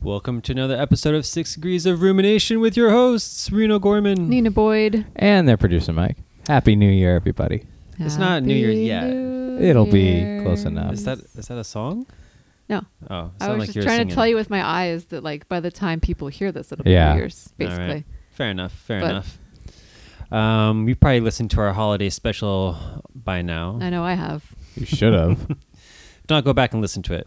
Welcome to another episode of Six Degrees of Rumination with your hosts, Reno Gorman. Nina Boyd. And their producer, Mike. Happy New Year, everybody. It's not New Year's yet. It'll be close enough. Is that is that a song? No. Oh, it I sounded like you was were just trying singing. to tell you with my eyes that, like, by the time people hear this, it'll be Yeah. New Year's, All right. basically. Fair enough. Fair But- enough. Um, you probably listened to our holiday special by now. I know I have. You should have. If not, go back and listen to it.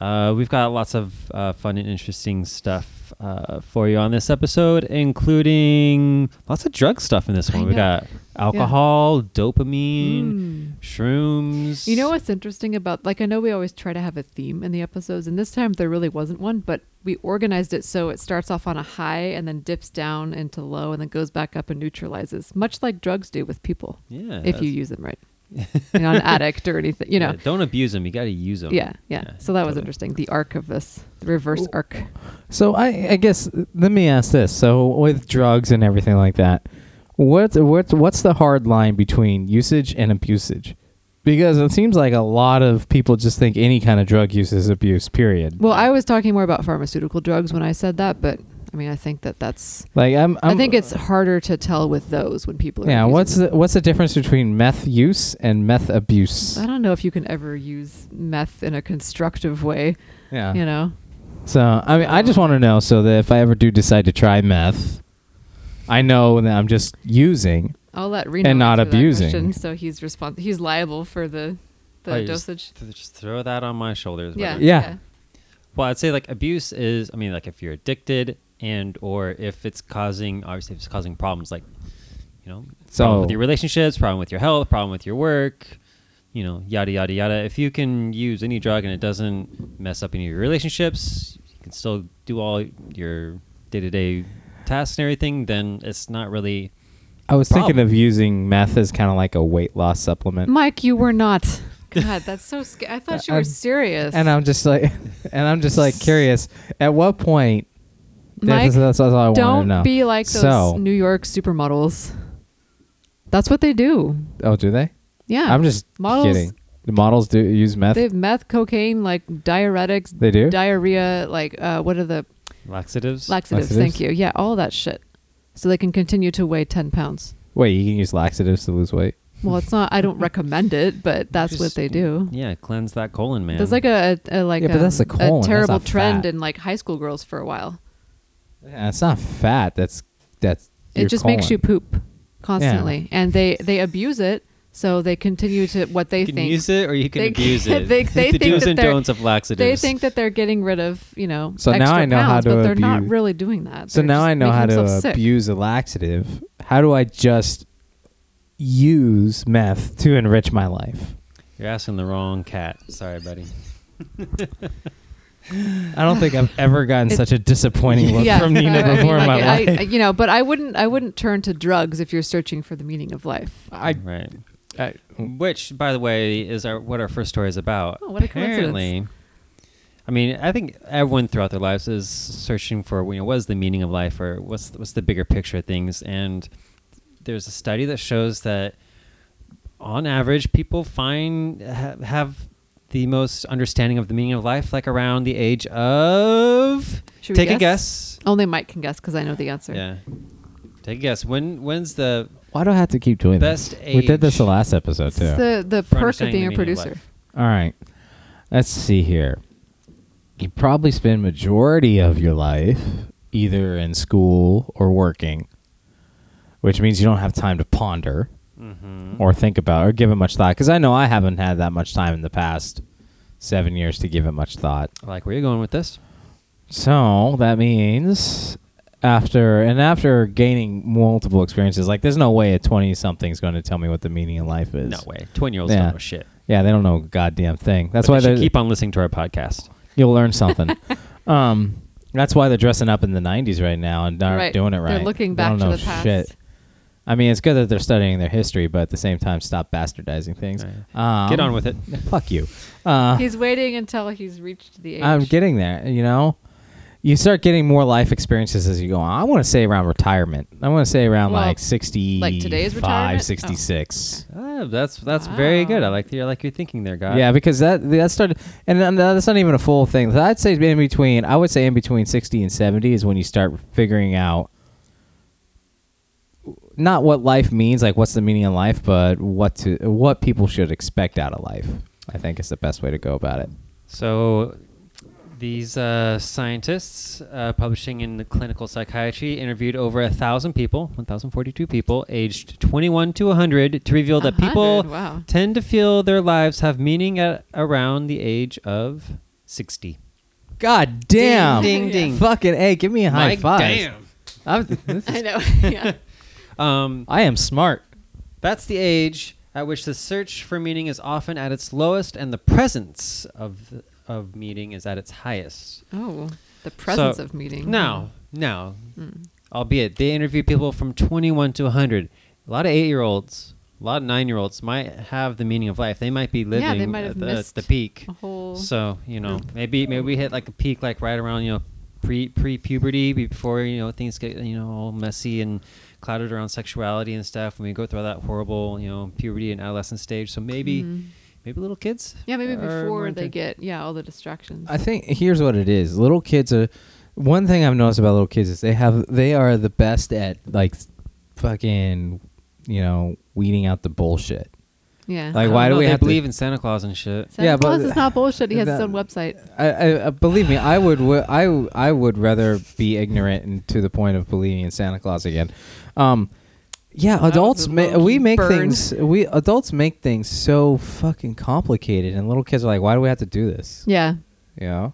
Uh, we've got lots of uh, fun and interesting stuff uh, for you on this episode, including lots of drug stuff in this I one. We know. Mm. got alcohol, dopamine, shrooms. Hmm. You know what's interesting about, like, I know we always try to have a theme in the episodes, and this time there really wasn't one, but we organized it so it starts off on a high and then dips down into low and then goes back up and neutralizes, much like drugs do with people Yeah. if you use them right. You're not an addict or anything, you know. don't abuse them. You got to use them. Yeah, yeah. So that was totally. interesting. The arc of this, the reverse arc. so I, I guess uh, let me ask this. So with drugs and everything like that, what what what's the hard line between usage and abusage? Because it seems like a lot of people just think any kind of drug use is abuse. Period. Well, I was talking more about pharmaceutical drugs when I said that, but I mean, I think that that's. like I'm, i I'm think it's harder to tell with those when people are. yeah. abusing What's them. the, what's the difference between meth use and meth abuse? I don't know if you can ever use meth in a constructive way. Yeah. You know, So I mean, I just want to know so that if I ever do decide to try meth, I know that I'm just using. I'll let Reno And not answer that abusing. question, so he's respons- He's liable for the the Oh, you just- dosage. th- Just, throw that on my shoulders. yeah, whatever. Yeah. Well, I'd say like abuse is. I mean, like if you're addicted and or if it's causing obviously if it's causing problems like you know problem So with your relationships, problem with your health, problem with your work, you know, yada yada yada. If you can use any drug and it doesn't mess up any of your relationships, you can still do all your day to day tasks and everything. Then it's not really. I was problem. thinking of using meth as kind of like a weight loss supplement. Mike, you were not. God, that's so. Sc- I thought you were I'm- serious. and I'm just like, and I'm just like curious. At what point? Mike, that's, that's all I wanted to don't know. be like those So- New York supermodels. That's what they do. Oh, do they? Yeah, I'm just models- kidding. The models do use meth. They have meth, cocaine, like diuretics. They do? diarrhea. Like uh, what are the Laxatives. laxatives, Laxatives? Thank you. Yeah, all that shit. So they can continue to weigh ten pounds. Wait, you can use laxatives to lose weight. Well, it's not. I don't recommend it, but that's what Just- they do. Yeah, cleanse that colon, man. There's like a, a, a, like Yeah, but that's um, the colon, that's terrible not trend fat. in like high school girls for a while. Yeah, it's not fat. That's that's. your it just makes colon. you poop constantly, and they they abuse it. So they continue to what they you can think use it or you can They- abuse it. they- they the think do's that and they're- don'ts of laxatives. they think that they're getting rid of you know So now extra I know how pounds, to but they're not abuse- really doing that. So They're now just I know how making to themselves sick. abuse a laxative. How do I just use meth to enrich my life? you're asking the wrong cat. Sorry, buddy. I don't think I've ever gotten It- such a disappointing look from so, Nina I mean, before in like, my I- life. I- you know, but I wouldn't. I wouldn't turn to drugs if you're searching for the meaning of life. I, right. I, Which, by the way, is our what our first story is about. Oh, what a coincidence. Apparently, I mean, I think everyone throughout their lives is searching for you know what is the meaning of life or what's what's the bigger picture of things. And there's a study that shows that on average, people find ha- have the most understanding of the meaning of life like around the age of. Should we take a guess? Oh, guess. Only Mike can guess because I know the answer. Yeah. Take a guess. When when's the why do I have to keep doing best this? We did this age. the last episode This too. is the the For perk of understanding being the a meaning of producer. life. All right, let's see here. You probably spend majority of your life either in school or working, which means you don't have time to ponder. Mhm. or think about or give it much thought because I know I haven't had that much time in the past seven years to give it much thought. I like where you going with this? So that means after and after gaining multiple experiences, like there's no way a twenty something's going to tell me what the meaning of life is. No way. Twenty year olds Yeah. don't know shit. Yeah, they don't know a goddamn thing. That's But why they should they're- keep on listening to our podcast. you'll learn something. um, that's why they're dressing up in the '90s right now and not Right. doing They're it right. looking They back don't to know the past. Shit. I mean, it's good that they're studying their history, but at the same time, stop bastardizing things. Um, Get on with it. Fuck you. Uh, He's waiting until he's reached the age. I'm getting there. You know, you start getting more life experiences as you go on. I want to say around retirement. I want to say around Well, like 60, like today's retirement? Oh. 66. Ah, good. That's that's very good. I Wow. like the, I like your thinking there, guy. Yeah, because that that started, and then uh, that's not even a full thing. So I'd say in between. I would say in between sixty and seventy is when you start figuring out not what life means, like what's the meaning of life, but what to what people should expect out of life. I think is the best way to go about it. So these uh, scientists uh, publishing in the clinical psychiatry interviewed over a thousand people, 1,042 people, aged 21 to 100, to reveal that 100? people Wow. tend to feel their lives have meaning at around the age of 60. God damn! Ding, ding, ding. Fucking hey, give me a high My five. damn. I'm, this I is- know. yeah. Um, I am smart. That's the age at which the search for meaning is often at its lowest and the presence of of meaning is at its highest. Oh, the presence of meeting. Now, now, Mm. albeit they interview people from 21 to 100. A lot of 8-year-olds, a lot of 9-year-olds might have the meaning of life. They might be living they might at have the, missed the peak. A whole. So, you know, group. maybe maybe we hit like a peak like right around, you know, pre pre-puberty before, you know, things get, you know, all messy and clouded around sexuality and stuff when we go through that horrible, you know, puberty and adolescent stage. So maybe Mhm. maybe little kids? yeah, maybe are more before uh, into- they get yeah all the distractions. I think here's what it is. Little kids are one thing I've noticed about little kids is they have they are the best at like fucking you know weeding out the bullshit. yeah. I Like don't why do know, we they have to- believe in Santa Claus and shit? Santa yeah, but- Claus is not bullshit. He has that- his own website. I, I, I believe me, I would w- I I would rather be ignorant and to the point of believing in Santa Claus again. Um, yeah, was adults a ma- low-key we make burn. things we adults make things so fucking complicated, and little kids are like, why do we have to do this? Yeah. you know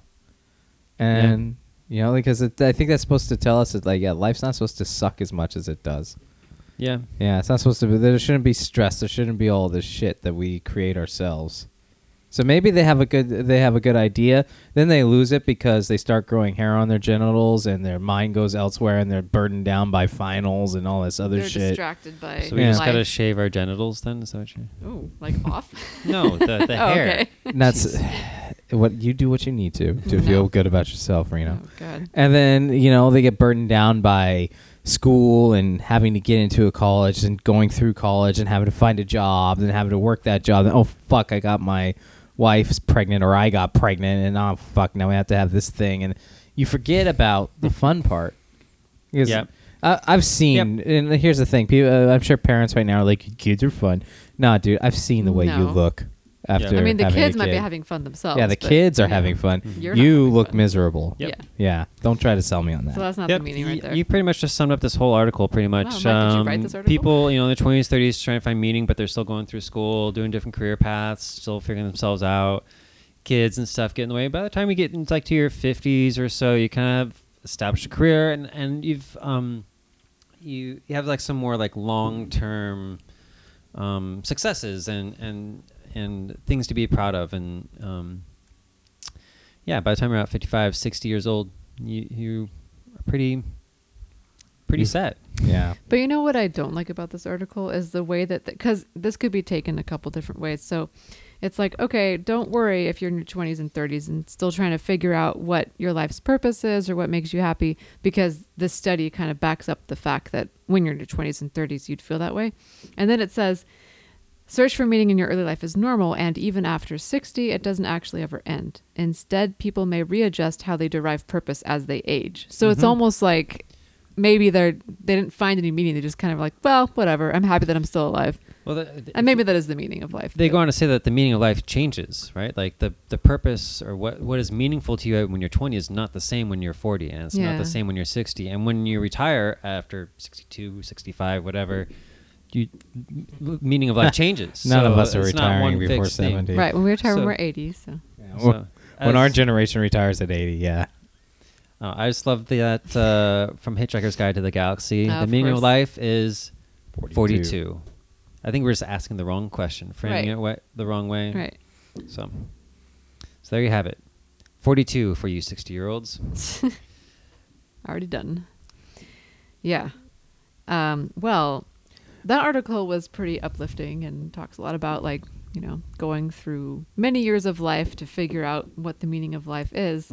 and you know because it, i think that's supposed to tell us that like yeah life's not supposed to suck as much as it does Yeah. yeah it's not supposed to be there shouldn't be stress there shouldn't be all this shit that we create ourselves so maybe they have a good they have a good idea then they lose it because they start growing hair on their genitals and their mind goes elsewhere and they're burdened down by finals and all this other They're shit distracted by. So we Yeah. just got to shave our genitals then, is that what you Oh, like off. No, the, the Oh, hair. okay. And that's what you do what you need to to No. feel good about yourself reno Oh God. And then, you know, they get burdened down by school and having to get into a college and going through college and having to find a job and having to work that job. And, oh, fuck, I got my wife's pregnant or I got pregnant and oh, fuck, now we have to have this thing. And you forget about the fun part. Because Yep. I, I've seen, and here's the thing people, uh, I'm sure parents right now are like, kids are fun. Nah, dude, I've seen the way you No. look after. I mean, the having a kids might be kid. having fun themselves. Yeah, the but, kids are you know, having fun. You're not You having look fun. miserable. Yep. Yeah. Yeah, don't try to sell me on that. So that's not Yep. the meaning right Y- there. You pretty much just summed up this whole article, pretty much. um, Mike, did you write this article? People, you know, in their twenties, thirties, trying to find meaning, but they're still going through school, doing different career paths, still figuring themselves out. Kids and stuff get in the way. By the time you get into like to your fifties or so, you kind of established a career, and and you've um, you you have like some more like long term um, successes and and and things to be proud of, and um, yeah, by the time you're out 55, 60 years old, you you are pretty pretty You- set. Yeah. But you know what I don't like about this article is the way that because this could be taken a couple different ways. So it's like, okay, don't worry if you're in your 20s and 30s and still trying to figure out what your life's purpose is or what makes you happy, because this study kind of backs up the fact that when you're in your 20s and 30s, you'd feel that way. And then it says, Search for meaning in your early life is normal, and even after 60, it doesn't actually ever end. Instead, people may readjust how they derive purpose as they age. So it's Mm-hmm. almost like maybe they're they didn't find any meaning. They just kind of like, well, whatever. I'm happy that I'm still alive, Well, the, the- and maybe that is the meaning of life. they but- go on to say that the meaning of life changes, right? Like the the purpose or what what is meaningful to you when you're 20 is not the same when you're 40, and it's not Yeah. the same when you're 60. And when you retire after 62, 65, whatever, you m- meaning of life changes. None of So us are it's not one retiring before fixed thing. 70. right when we retire, So- when we're 80. So So, when our as- generation retires at 80, yeah. Oh, I just love that uh, from Hitchhiker's Guide to the Galaxy. Oh, the of meaning of course. life is 42. 42. I think we're just asking the wrong question, framing Right. it way, the wrong way. right, So, so there you have it. 42 for you 60 year olds. already done. Yeah. Um, well, that article was pretty uplifting and talks a lot about like you know going through many years of life to figure out what the meaning of life is.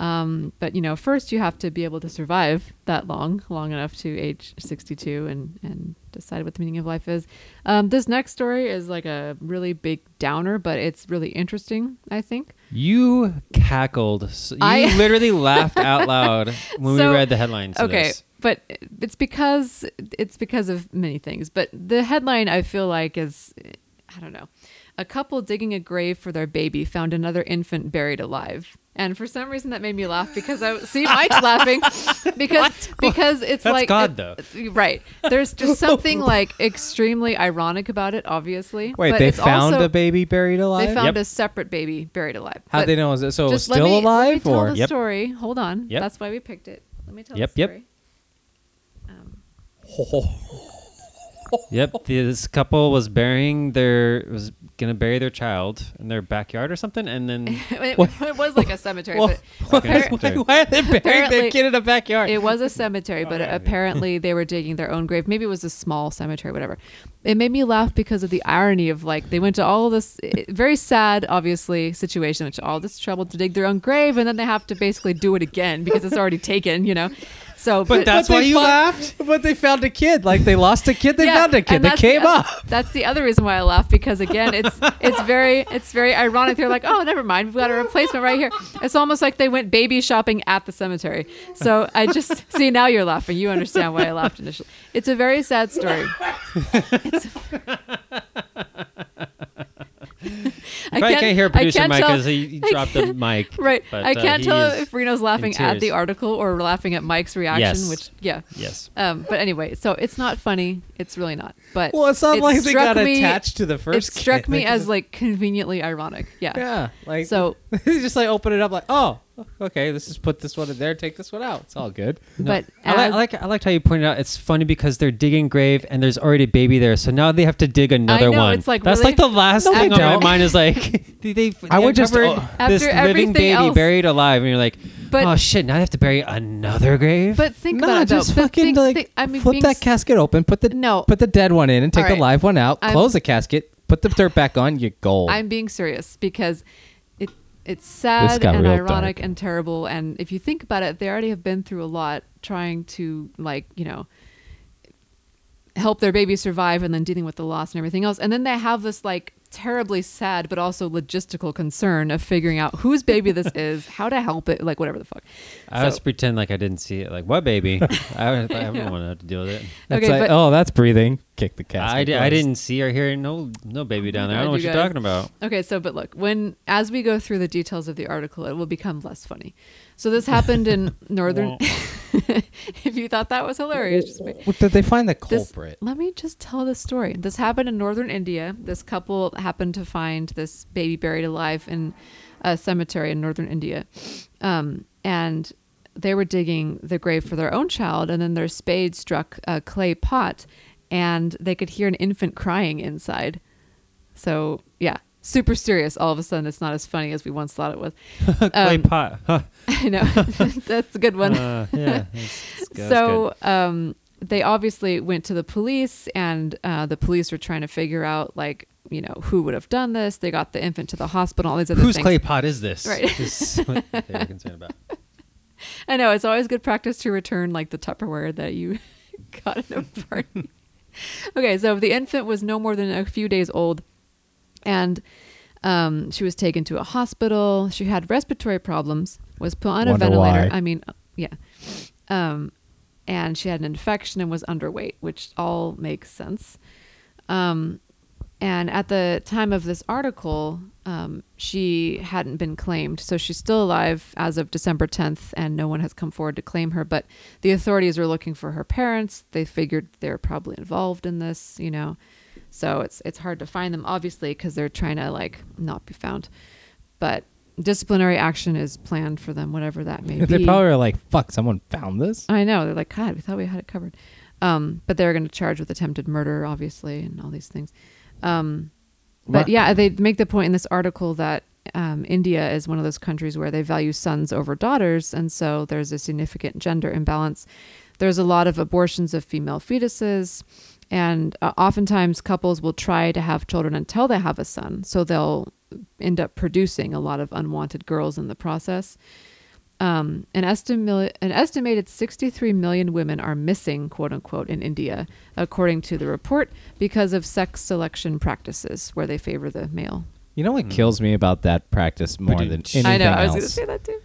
Um, but you know, first you have to be able to survive that long, long enough to age 62 and and decide what the meaning of life is. Um, this next story is like a really big downer, but it's really interesting, I think. You cackled. s- You I- literally laughed out loud when So- we read the headlines. to okay, this. but it's because it's because of many things. But the headline I feel like is I don't know. A couple digging a grave for their baby found another infant buried alive. And for some reason that made me laugh because I see Mike's laughing because because it's That's like God, though. Right. There's just something like extremely ironic about it obviously. Wait, but they it's found also, a baby buried alive. They found Yep. a separate baby buried alive. But How would they know? Is it so? It was just let still me- alive let me tell or the Yep. story. Hold on. Yep. That's why we picked it. Let me tell Yep, the yep. story. Um, Yep, this couple was burying their was gonna bury their child in their backyard or something, and then it, it was like a cemetery, Wha- but Okay, appar- cemetery. Why- why are they burying Apparently- their kid in a backyard? it was a cemetery, but apparently they were digging their own grave. Maybe it was a small cemetery, whatever. It made me laugh because of the irony of like they went to all this eh, very sad, obviously, situation, which all this trouble to dig their own grave, and then they have to basically do it again because it's already taken, you know. So, But that's why they you found- laughed? But they found a kid. Like they lost a kid. They Yeah, found a kid. and They that's came the, up. That's the other reason why I laugh because again, it's it's very it's very ironic. They're like, oh, never mind, we've got a replacement right here. It's almost like they went baby shopping at the cemetery. So I just see now you're laughing. You understand why I laughed initially. It's a very sad story. It's- I I probably can't hear I producer Mike tell- because he, he dropped the mic. Right. but, I uh, can't he tell is- if Reno's laughing at tears. the article or laughing at Mike's reaction, Yes. which, yeah. Yes. Um, but anyway, so it's not funny. It's really not. But Well, it's not it like they struck got me- attached to the It first. struck kid. me They as just- like conveniently ironic. Yeah. yeah, like So- they just like open it up like oh okay let's just put this one in there take this one out it's all good. But I, like, as- I like I liked how you pointed out it's funny because they're digging grave and there's already a baby there, so now they have to dig another know, one. it's like, That's really? like the last No, they thing on my don't. mind is like they, they I would just- uncovered oh. this After living everything baby else. buried alive, and you're like, But- oh shit, now they have to bury another grave. but think Nah, about it though. just But fucking think- like think- I mean, flip being that s- casket open, put the No. put the dead one in, and take All right. the live one out. I'm- close the casket, put the dirt back on. You gold. I'm being serious because it it's sad got and real ironic dark. and terrible. And if you think about it, they already have been through a lot trying to like you know help their baby survive and then dealing with the loss and everything else. And then they have this like terribly sad but also logistical concern of figuring out whose baby this is, how to help it, like whatever the fuck. I So- always pretend like I didn't see it. Like what baby? I, would- I wouldn't want to have to deal with it. That's okay, like, but- oh, that's breathing. Kick the casket. I, di- I closed. didn't see or hear no no baby down there. I don't know God, what you you're guys. talking about. Okay, so but look, when as we go through the details of the article, it will become less funny. So this happened in northern. if you thought that was hilarious, just wait. Well, Did they find the This- culprit? let me just tell the story. This happened in northern India. This couple happened to find this baby buried alive in a cemetery in northern India, um, and they were digging the grave for their own child, and then their spade struck a clay pot, and they could hear an infant crying inside. So yeah, super serious. All of a sudden, it's not as funny as we once thought it was. Clay Um, pot. Huh. I know that's a good one Uh, yeah. That's- that's good, that's so good. um, they obviously went to the police and uh, the police were trying to figure out like you know who would have done this they got the infant to the hospital all these other whose things clay pot is this? Right. Is what they're concerned about. i know it's always good practice to return like the tupperware that you got in a party okay so the infant was no more than a few days old and um, she was taken to a hospital she had respiratory problems was put on Wonder a ventilator why. i mean uh, yeah um, and she had an infection and was underweight, which all makes sense. Um, and at the time of this article, um, she hadn't been claimed. So she's still alive as of December 10th, and no one has come forward to claim her. But the authorities are looking for her parents. They figured they're probably involved in this, you know. So it's it's hard to find them, obviously, because they're trying to like not be found. But disciplinary action is planned for them, whatever that may be. Uh, They probably were like, "Fuck, someone found this." I know. They're like, God, we thought we had it covered. Um, but they're going to charge with attempted murder, obviously, and all these things. Um, but Right. yeah, they make the point in this article that um, India is one of those countries where they value sons over daughters, and so there's a significant gender imbalance. There's a lot of abortions of female fetuses, and uh, oftentimes couples will try to have children until they have a son, so they'll end up producing a lot of unwanted girls in the process Um, an, estima- an estimated 63 million women are missing, quote unquote, in India, according to the report, because of sex selection practices where they favor the male. You know what kills me about that practice more than Ba-dum-tsh. anything I know. I was else? going to say that too.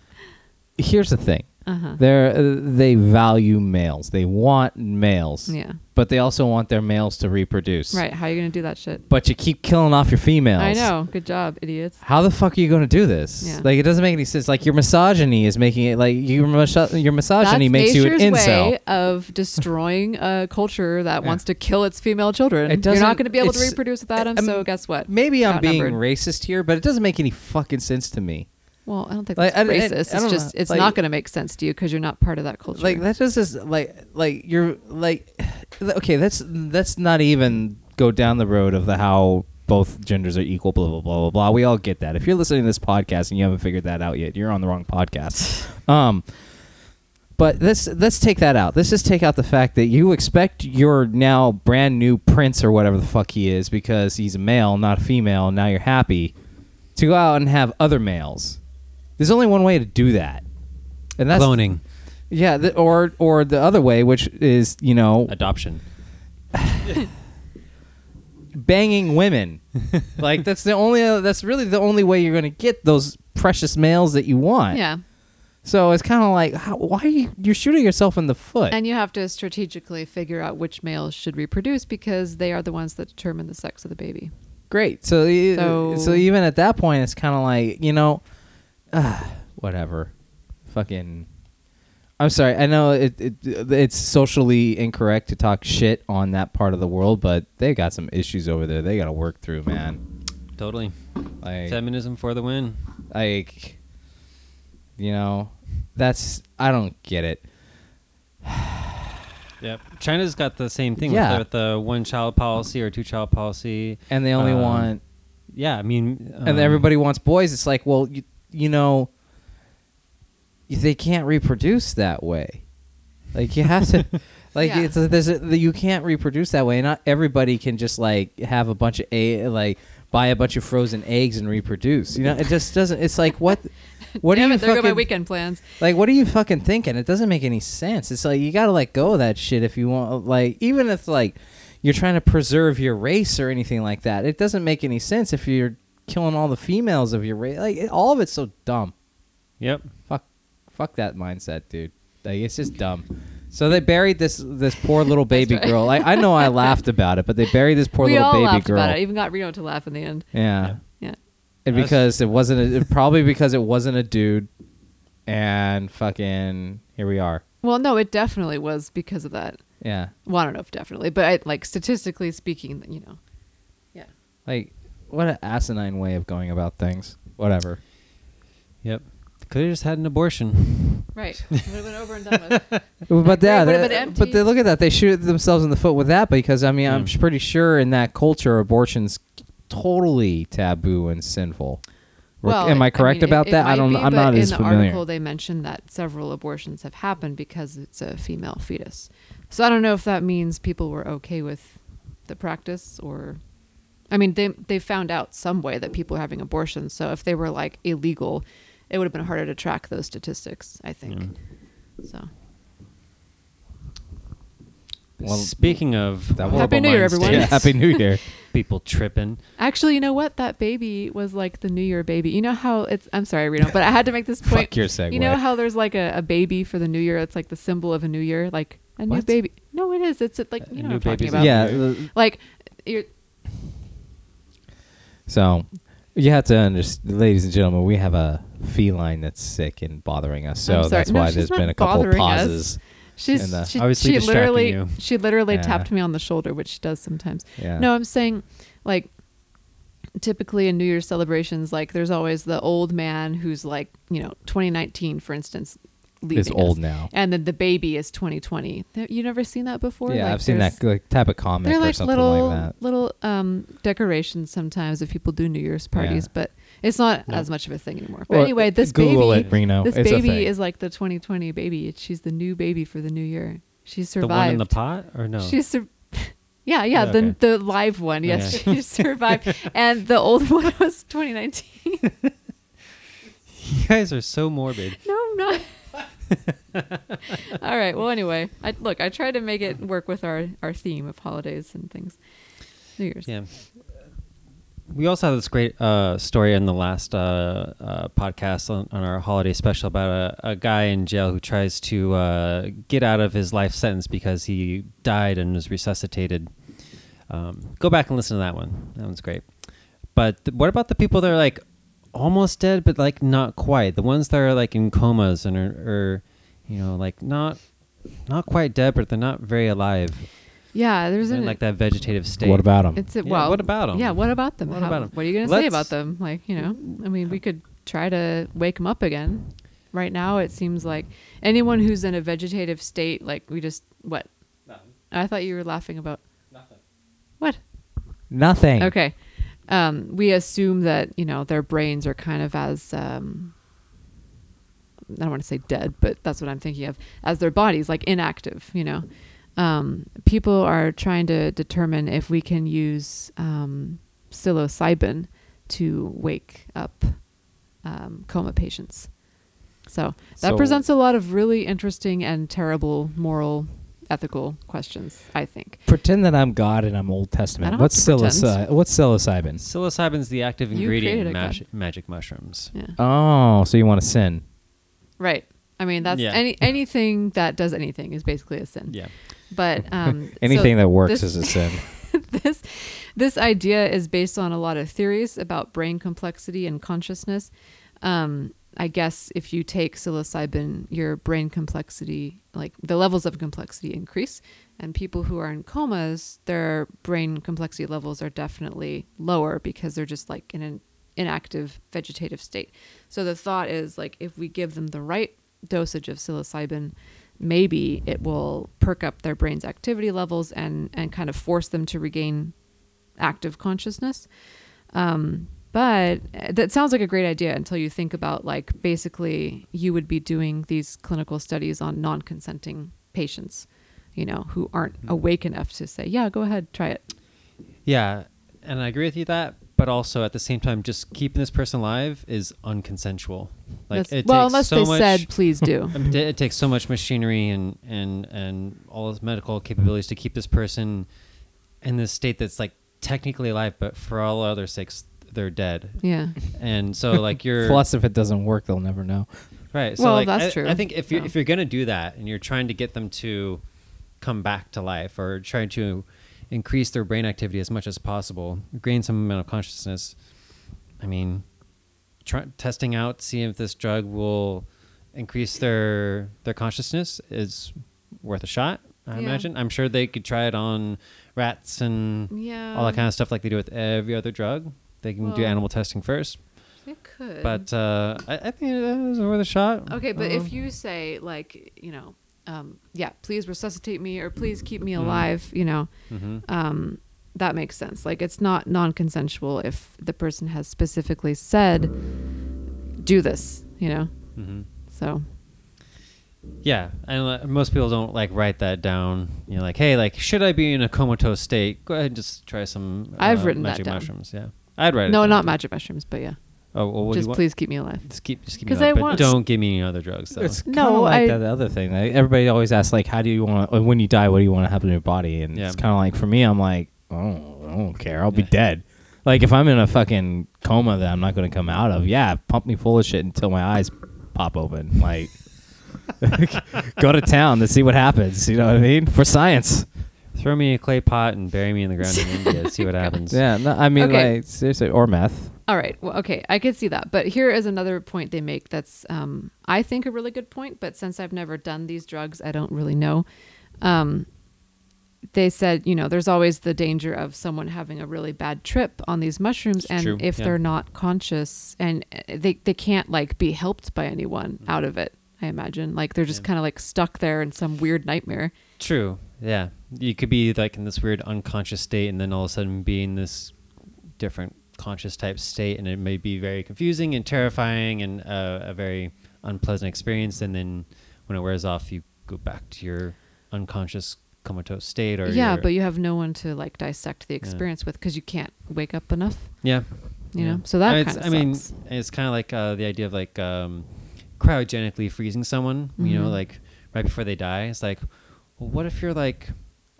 Here's the thing. Uh-huh. They're, uh, they value males. They want males. Yeah. But they also want their males to reproduce. Right. How are you going to do that shit? But you keep killing off your females. I know. Good job, idiots. How the fuck are you going to do this? Yeah. Like it doesn't make any sense. Like your misogyny is making it like your miso- your misogyny That's makes you an nature's incel. way of destroying a culture that wants to kill its female children. It You're doesn't- not going to be able to it's- reproduce without them. I'm- so guess what? Maybe I'm being Outnumbered. racist here, but it doesn't make any fucking sense to me. well. I don't think Like, that's I- I- I racist. it's don't just know. it's Like- not going to make sense to you because you're not part of that culture. Like that just is like like you're like okay, that's that's not even go down the road of the how both genders are equal, blah blah blah blah blah. We all get that. If you're listening to this podcast and you haven't figured that out yet, you're on the wrong podcast. um but let's let's take that out. Let's just take out the fact that you expect your now brand new prince or whatever the fuck he is because he's a male, not a female, and now you're happy to go out and have other males. There's only one way to do that, and that's Cloning, yeah, th- or or the other way, which is you know adoption. banging women. like that's the only uh, that's really the only way you're gonna get those precious males that you want. yeah, So it's kind of like how, why are you you're shooting yourself in the foot? and you have to strategically figure out which males should reproduce because they are the ones that determine the sex of the baby. Great. So y- so, So- even at that point, it's kind of like you know, uh, whatever. Fucking. I'm sorry. I know it, it it's socially incorrect to talk shit on that part of the world, but they got some issues over there. They got to work through, man. Totally. Like Feminism for the win. like you know that's i don't get it Yep. China's got the same thing Yeah. with, the, with the one child policy or two child policy. and they only Um, want Yeah, I mean, um, and everybody wants boys it's like well you, you know y- they can't reproduce that way like you have to like Yeah. it's there's a, you can't reproduce that way not everybody can just like have a bunch of a like buy a bunch of frozen eggs and reproduce you know it just doesn't it's like what what Damn do you it, there go my fucking- weekend plans. Like, what are you fucking thinking? It doesn't make any sense. It's like you gotta let go of that shit if you want. Like, even if like you're trying to preserve your race or anything like that, it doesn't make any sense if you're killing all the females of your race. Like, it, all of it's so dumb. Yep. Fuck, fuck that mindset, dude. Like, it's just dumb. So they buried this this poor little baby right. girl. Like, I know I laughed about it, but they buried this poor we little all baby laughed girl. about it. I even got Reno to laugh in the end. yeah. Yeah. And That's- because it wasn't a, probably because it wasn't a dude, and fucking here we are. Well, no, it definitely was because of that. Yeah. Well, I don't know if definitely, but I, like statistically speaking, you know. Yeah. Like, what an asinine way of going about things. Whatever. Yep. Could have just had an abortion. Right. Would have been over and done with. But Great, yeah, would've that- been empty. but they look at that. They shoot themselves in the foot with that because I mean, I'm Mm. pretty sure in that culture, abortion's totally taboo and sinful. Or- am I correct mean, it- about it that? I might don't. be, know. I'm but not in as the familiar. article they mentioned that several abortions have happened because it's a female fetus. So I don't know if that means people were okay with the practice or I mean they they found out some way that people are having abortions. So if they were like illegal, it would have been harder to track those statistics, I think. So Well, Speaking of that horrible Happy New Year, mind everyone. Yeah, states, Happy New Year. people tripping. Actually, you know what? That baby was like the New Year baby. You know how it's. I'm sorry, Reno, but I had to make this point. Fuck your segue. You know how there's like a, a baby for the New Year. It's like the symbol of a New Year, like a new What? baby. No, it is. It's like you A know new what I'm talking baby's a about. yeah. New th- Like you're So you have to understand, ladies and gentlemen, we have a feline that's sick and bothering us. So I'm sorry. that's No, why she's there's not been a couple bothering us. pauses. she's And, uh, she, obviously she distracting literally you. she literally Yeah. tapped me on the shoulder, which she does sometimes. Yeah. No, I'm saying like typically in New Year's celebrations, like there's always the old man who's like you know 2019, for instance. Leaving Is old us. now. and then the baby is 2020. There- You never seen that before? Yeah, Like, I've seen there's- that like type of comic They're or like something little like that. little um, decorations sometimes if people do New Year's parties, Yeah. but it's not No. as much of a thing anymore. But Or anyway, this Google baby, it, Reno. this It's a baby thing. is like the 2020 baby. She's the new baby for the new year. She The one in survived. the pot or no? She's sur- yeah, yeah, Yeah, the okay. the live one. Yes, she survived, and the old one was 2019. You guys are so morbid. No, I'm not. All right. Well, anyway, I, look, I try to make it work with our, our theme of holidays and things. New Year's. Yeah. We also have this great uh, story in the last uh, uh, podcast on, on our holiday special about a, a guy in jail who tries to uh, get out of his life sentence because he died and was resuscitated. Um, go back and listen to that one. That one's great. But th- what about the people that are like almost dead, but like not quite? The ones that are like in comas and are, are you know, like not not quite dead, but they're not very alive. Yeah, there's They're in an- like that vegetative state. What about him? It's a, Yeah, well, what about 'em? Yeah, what about them? What How- about 'em? What are you gonna say about Let's- them? Like, you know, I mean, we could try to wake them up again. Right now, it seems like anyone who's in a vegetative state, like we just what? I thought you were laughing about what? Nothing. Okay, um, we assume that you know their brains are kind of as um, I don't want to say dead, but that's what I'm thinking of as their bodies, like inactive. You know, um, people are trying to determine if we can use um, psilocybin to wake up um, coma patients. So that So- presents a lot of really interesting and terrible moral, ethical questions. I think. Pretend that I'm God and I'm Old Testament. don't What's have to psilocy- pretend. What's psilocybin? Psilocybin's the active You ingredient created in a mag- god. magic mushrooms. Yeah. Oh, so you want to sin? Right. I mean, that's Yeah. any anything that does anything is basically a sin. Yeah. But um, so Anything that works this, is a sin. this this idea is based on a lot of theories about brain complexity and consciousness. Um, I guess if you take psilocybin, your brain complexity, like the levels of complexity, increase. And people who are in comas, their brain complexity levels are definitely lower because they're just like in an inactive vegetative state. So the thought is like if we give them the right dosage of psilocybin, maybe it will perk up their brain's activity levels and and kind of force them to regain active consciousness. Um, but uh, that sounds like a great idea until you think about like basically you would be doing these clinical studies on non-consenting patients, you know, who aren't Hmm. awake enough to say, "Yeah, go ahead, try it." Yeah, and I agree with you that, but also at the same time, just keeping this person alive is unconsensual. Like That's- it well, takes unless so they much, said, "Please do." I mean, it takes so much machinery and and and all this medical capabilities to keep this person in this state that's like technically alive, but for all other sakes, they're dead. yeah. And so, like you're Plus, if it doesn't work, they'll never know. Right. So Well, like, that's I, true. I think if you're, Yeah. if you're gonna do that and you're trying to get them to come back to life or try to increase their brain activity as much as possible, gain some amount of consciousness. I mean, try, testing out, seeing if this drug will increase their their consciousness is worth a shot. I Yeah. imagine. I'm sure they could try it on rats and Yeah. all that kind of stuff, like they do with every other drug. They can do Well- animal testing first, It could. but uh, I, I think that was worth a shot. Okay, but Um, if you say like, you know, um, yeah, please resuscitate me or please keep Hmm. me alive, you know, Mm-hmm. um, that makes sense. Like it's not non-consensual if the person has specifically said, "Do this," you know. Mhm. So Yeah, and uh, most people don't like write that down. You know, like, hey, like, should I be in a comatose state? Go ahead and just try some. uh, I've written that magic down. mushrooms. Yeah, I'd write it. no, down, not too. magic mushrooms, but yeah, Oh, well, what do you just want? please keep me alive. Just keep, just keep. 'Cause Because I I want. want- Don't give me any other drugs. Though. It's No, kind of like I- that other thing. Like, everybody always asks, like, how do you want to, when you die, what do you want to happen to your body? And Yeah. it's kind of like, for me, I'm like, oh, I don't care. I'll be Yeah. dead. Like, if I'm in a fucking coma that I'm not going to come out of, yeah, pump me full of shit until my eyes pop open. Like, go to town to see what happens. You know what I mean? For science. Throw me a clay pot and bury me in the ground in India. and See what happens. Yeah. No, I mean, Okay. like, seriously, or meth. All right. Well, okay, I could see that. But here is another point they make that's, um, I think, a really good point. But since I've never done these drugs, I don't really know. Um, they said, you know, there's always the danger of someone having a really bad trip on these mushrooms, and true, if yeah. they're not conscious, and uh, they they can't like be helped by anyone out of it. I imagine, like they're just Mm-hmm. Yeah. kind of like stuck there in some weird nightmare. True. Yeah, you could be like in this weird unconscious state, and then all of a sudden be in this different conscious type state, and it may be very confusing and terrifying and uh, a very unpleasant experience. And then when it wears off, you go back to your unconscious comatose state, or yeah, your- but you have no one to like dissect the experience with 'cause with because you can't wake up enough. yeah, You Yeah. know, so that I mean, kind it's- of I mean, it's kind of like uh, the idea of like um, cryogenically freezing someone. You know, Mhm. like right before they die. It's like, well, what if you're like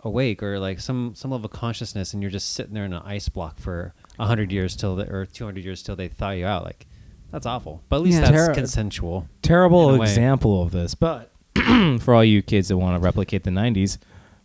awake or like some some level of consciousness, and you're just sitting there in an ice block for hundred years till the, or two hundred years till they thaw you out? Like, that's awful. But at least Yeah. that's Terror- consensual. In a Terrible way. example of this, but for all you kids that want to replicate the '90s,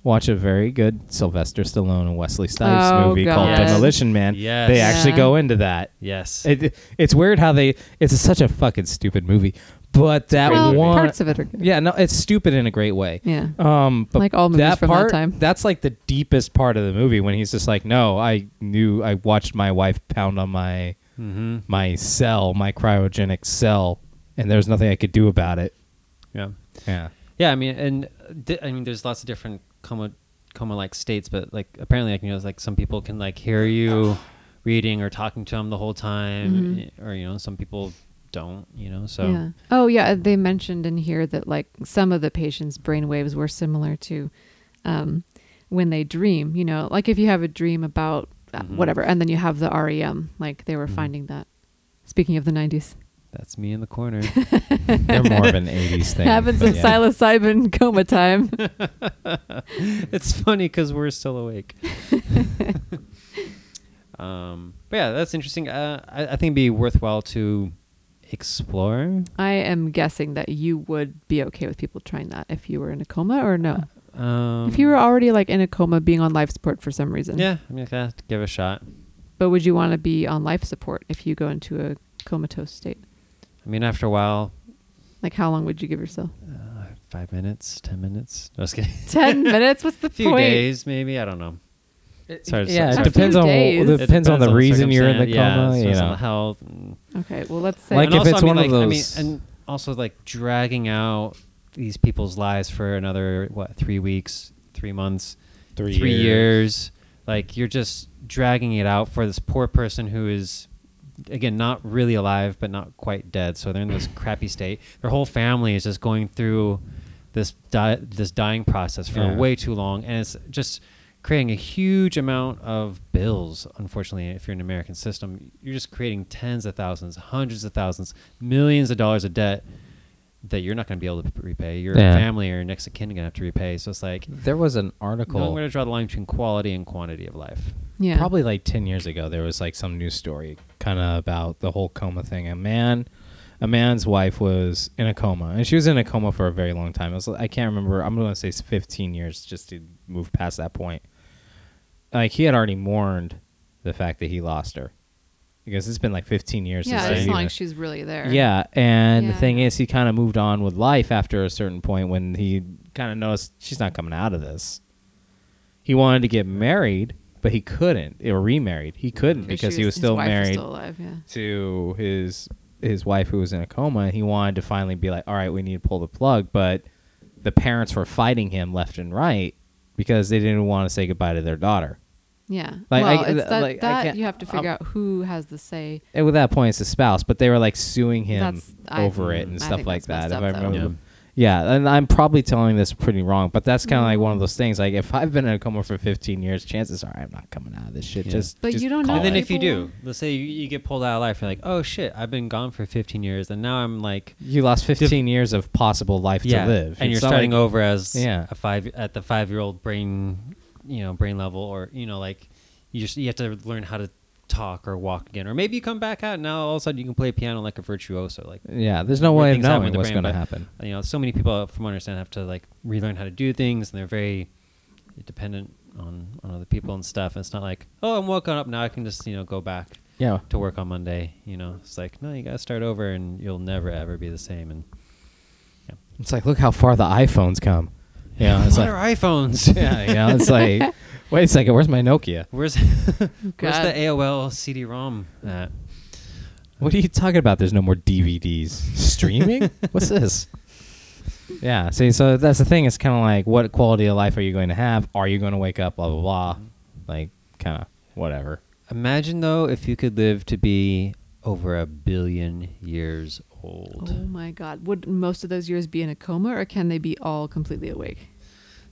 watch a very good Sylvester Stallone and Wesley Snipes Oh, movie called God. Yes. Demolition Man. Yes. They actually Yeah. go into that. Yes. It, it's weird how they. It's such a fucking stupid movie, but that great movie. one. parts of it are good. Yeah, no, it's stupid in a great way. Yeah. Um, but Like all movies that from that part, time. That's like the deepest part of the movie when he's just like, "No, I knew. I watched my wife pound on my mm-hmm. my cell, my cryogenic cell, and there's nothing I could do about it." Yeah. Yeah. Yeah, I mean, and di- I mean, there's lots of different coma coma like states, but like apparently, like you know, it's like some people can like hear you reading or talking to them the whole time, Mhm. eh, or you know, some people don't, you know. So Yeah. Oh yeah, they mentioned in here that like some of the patients' brain waves were similar to um, when they dream. You know, like if you have a dream about uh, Mhm. whatever, and then you have the REM. Like they were Mhm. finding that. Speaking of the '90s, that's me in the corner. They're more of an '80s thing. happens but in yeah. psilocybin coma time. it's funny because we're still awake. um, but yeah, that's interesting. Uh, I, I think it'd be worthwhile to explore. I am guessing that you would be okay with people trying that if you were in a coma or no. Um, if you were already like in a coma, being on life support for some reason. yeah, I mean, like, uh, give it a shot. But would you want to be on life support if you go into a comatose state? I mean, after a while, Like how long would you give yourself? uh, five minutes, ten minutes. No, I was kidding. Ten minutes? What's the A few point? days, maybe. I don't know. Sorry, yeah, sorry. it depends A on few it days. depends, on the reason you're in the coma. Yeah, you depends on know. the health. and- Okay. Well, let's say. Like and if also, it's I mean, one like- of those- I mean, and also like dragging out these people's lives for another what three weeks, three months, Three three years. years. Like you're just dragging it out for this poor person who is, again, not really alive but not quite dead. So they're in this crappy state. Their whole family is just going through this di- this dying process for Yeah. way too long, and it's just creating a huge amount of bills. Unfortunately, if you're in an American system, you're just creating tens of thousands, hundreds of thousands, millions of dollars of debt that you're not going to be able to p- repay. Your Yeah. Mm. family or your next of kin going to have to repay. So it's like There was an article. Knowing where to draw the line between quality and quantity of life. yeah. probably like 10 years ago there was like some news story kind of about the whole coma thing a man a man's wife was in a coma and she was in a coma for a very long time it was, i can't remember i'm going to say it's 15 years just to move past that point like he had already mourned the fact that he lost her because it's been like 15 years Yeah. since It's they've not even- like she's really there. yeah, and the Yeah. thing is, he kind of moved on with life after a certain point when he kind of noticed she's not coming out of this. He wanted to get married, but he couldn't, or remarried. He couldn't because she he was his still wife was married still alive. Yeah. to his his wife who was in a coma. And he wanted to finally be like, all right, we need to pull the plug, but the parents were fighting him left and right because they didn't want to say goodbye to their daughter. Yeah. Like, I- well, it's th- that, like, I that can't- you have to figure I'm- out who has the say. And with that point, it's the spouse, but they were like suing him That's- I- mm, over it and I stuff think like that. that's If I messed up, though. remember, yeah. and I'm probably telling this pretty wrong, but that's kind of like one Mm. of those things. Like if I've been in a coma for 15 years, chances are I'm not coming out of this shit. Yeah. Just, But just you don't know call And then it. if you people- do, let's say you, you get pulled out of life, you're like, oh shit, I've been gone for 15 years, and now I'm like, you lost 15 years of possible life yeah, to live, and you're It's not starting like- over as Yeah. a five at the five year old brain, you know, brain level, or you know, like you just you have to learn how to talk or walk again, or maybe you come back out and now all of a sudden you can play piano like a virtuoso, like Yeah, there's no weird way of things happen with knowing the what's brain, going to but, happen. You know, so many people, uh, from what I understand, have to like relearn how to do things, and they're very dependent on on other people and stuff. And it's not like, oh, I'm woken up now, I can just you know go back Yeah, to work on Monday. You know, it's like, no, you gotta start over, and you'll never ever be the same. And it's like look how far the iPhones come. Yeah, it's what like are iPhones? yeah, you know, it's like wait a second, where's my Nokia? Where's where's Oh, God. the AOL CD-ROM at? What are you talking about? There's no more DVDs. Streaming? What's this? Yeah. See, so that's the thing. It's kind of like, what quality of life are you going to have? Are you going to wake up? Blah blah blah. Mm-hmm. Like, kind of whatever. Imagine though, if you could live to be over a billion years old. Oh my God! Would most of those years be in a coma, or can they be all completely awake?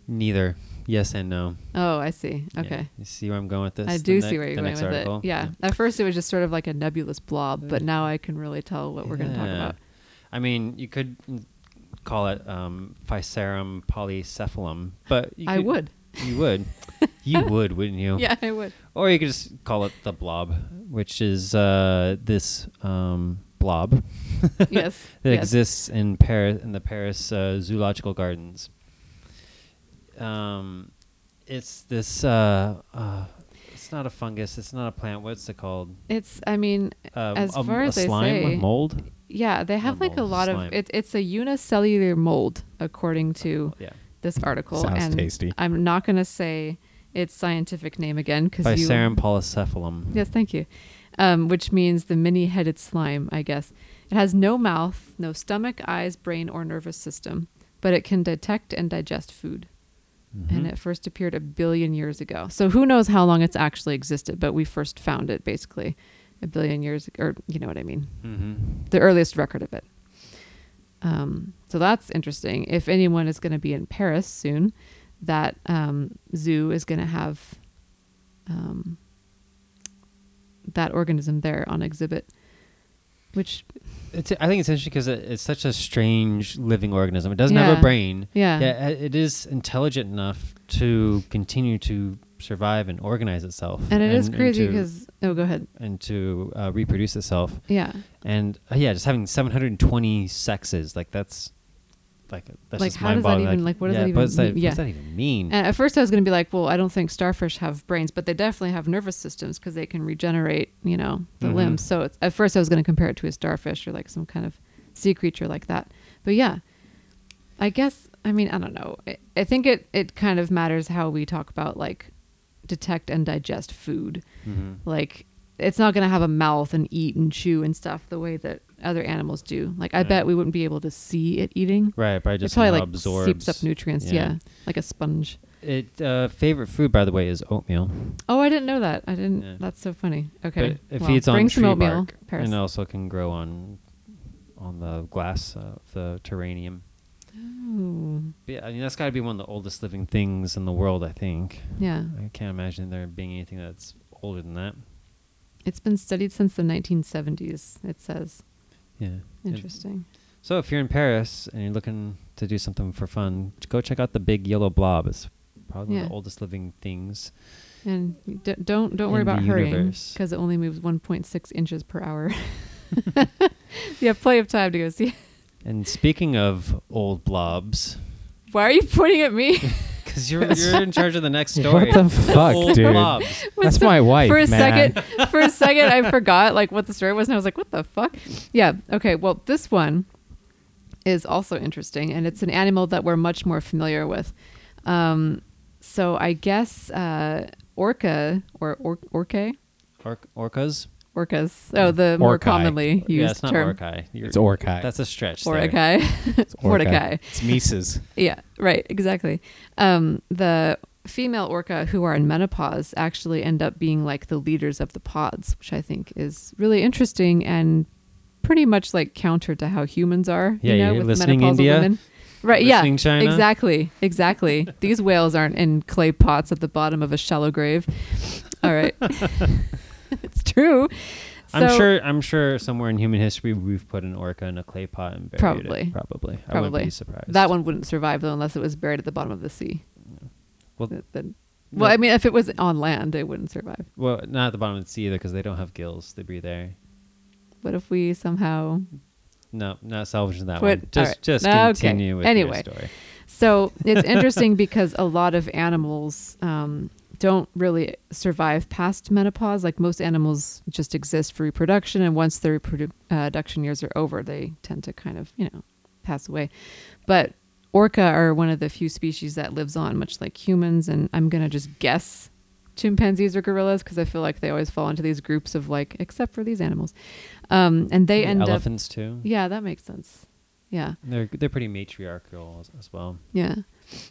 Neither. yes and no. Oh, I see. Yeah. Okay. You see where I'm going with this? I The do ne- see where you're the going next with article? it. Yeah. At first, it was just sort of like a nebulous blob, but now I can really tell what we're going to talk Yeah. about. I mean, you could mm, call it um, Physerum polycephalum, but you I could- would. You would. you would, wouldn't you? Yeah, I would. Or you could just call it the blob, which is uh, this um, blob Yes. that yes. exists in Paris in the Paris uh, Zoological Gardens. Um, it's this. Uh, uh, it's not a fungus. It's not a plant. What's it called? It's. I mean, Um, As a, far a as they slime, say- mold. yeah, they have Not like a mold, lot slime. of. It, it's a unicellular mold, according to Yeah. this article. Uh, Sounds and tasty. I'm not going to say its scientific name again because you. Physerum polycephalum. Yes, thank you. Um, which means the many headed slime, I guess. It has no mouth, no stomach, eyes, brain, or nervous system, but it can detect and digest food. Mm-hmm. Mm-hmm. And it first appeared a billion years ago. So who knows how long it's actually existed, but we first found it basically a billion years or you know what I mean. Mm-hmm. The earliest record of it. Um, so that's interesting. If anyone is going to be in Paris soon, that um, zoo is going to have um, that organism there on exhibit. Which, It's, I think it's interesting because it, it's such a strange living organism. It doesn't have Yeah. a brain. Yeah. Yet uh, it- it is intelligent enough to continue to survive and organize itself. and it is crazy to- because oh, go ahead. and to uh, reproduce itself. Yeah, And uh, yeah, just having 720 sexes, like that's like that's Like, just how does that mind-boggling. even- like, what does yeah, that even what's mean? Yeah. What does that even mean? and at first I was going to be like, well, I don't think starfish have brains, but they definitely have nervous systems because they can regenerate, you know, the Mhm. limbs. So it's, at first I was going to compare it to a starfish or like some kind of sea creature like that. But yeah, I guess I mean I don't know. I, I think it it kind of matters how we talk about like detect and digest food. Mhm. like it's not going to have a mouth and eat and chew and stuff the way that other animals do like i Yeah. bet we wouldn't be able to see it eating Right, probably just it probably somehow like absorbs. seeps up nutrients yeah. Yeah. like a sponge It uh, favorite food, by the way, is oatmeal. oh i didn't know that i didn't Yeah. that's so funny okay But it well, feeds on bring tree some oatmeal bark Paris. and also can grow on on the glass of the terranium. Ooh, But yeah, I mean that's got to be one of the oldest living things in the world. I think. yeah I can't imagine there being anything that's older than that. it's been studied since the 1970s it says Yeah. And interesting So if you're in Paris and you're looking to do something for fun, j- go check out the big yellow blob. It's probably one of Yeah. the oldest living things. and you d- don't don't worry In the about hurrying universe. because it only moves 1.6 inches per hour you have plenty of time to go see it. And speaking of old blobs, why are you pointing at me because you're you're in charge of the next story. What the fuck, old dude? blobs. What's That's the- my wife. for a man. second for a second i forgot like what the story was and i was like what the fuck yeah okay well this one is also interesting and it's an animal that we're much more familiar with um, so i guess uh, orca or or- orca Or- orcas. orcas oh the more Orcai. commonly used yeah, it's not term orcai. You're- It's orcai. That's a stretch. there. orcai It's orca. Mordecai. It's Mises. Yeah, right, exactly. Um, the female orca who are in menopause actually end up being like the leaders of the pods, which I think is really interesting and pretty much like counter to how humans are. Yeah, you know, you're with listening, menopausal India? women. Right, yeah, Listening, China? exactly, exactly. These whales aren't in clay pots at the bottom of a shallow grave. All right, it's true. I'm So- sure. I'm sure somewhere in human history we've put an orca in a clay pot and buried Probably. it. Probably. I Probably. wouldn't be surprised. That one wouldn't survive though unless it was buried at the bottom of the sea. Well, Th- then- well, I mean, if it was on land, it wouldn't survive. well, not at the bottom of the sea either, because they don't have gills. They breathe air. What if we somehow? No, not salvaging that Quit. one. Just, Alright. just No, okay. continue with Anyway. your story. So it's interesting because a lot of animals um, don't really survive past menopause. Like most animals just exist for reproduction, and once their reprodu- uh, production years are over, they tend to kind of you know pass away. But orca are one of the few species that lives on, much like humans. And I'm gonna just guess chimpanzees or gorillas because I feel like they always fall into these groups of like, except for these animals, um, and they The end up. elephants too. Yeah, that makes sense. Yeah. They're they're pretty matriarchal as, as well. Yeah.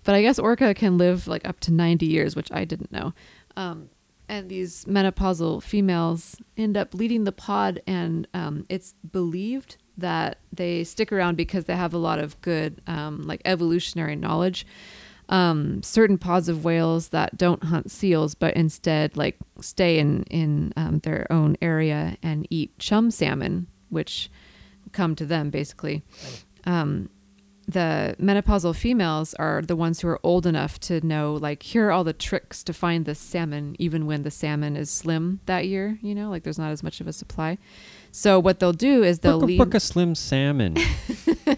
But I guess orca can live like up to 90 years, which I didn't know. Um, and these menopausal females end up leading the pod, and um, it's believed that they stick around because they have a lot of good, um, like, evolutionary knowledge um, certain pods of whales that don't hunt seals, but instead like stay in in um, their own area and eat chum salmon, which come to them basically. Um, the menopausal females are the ones who are old enough to know like here are all the tricks to find the salmon even when the salmon is slim that year you know like there's not as much of a supply so what they'll do is they'll Book a, leave book a slim salmon.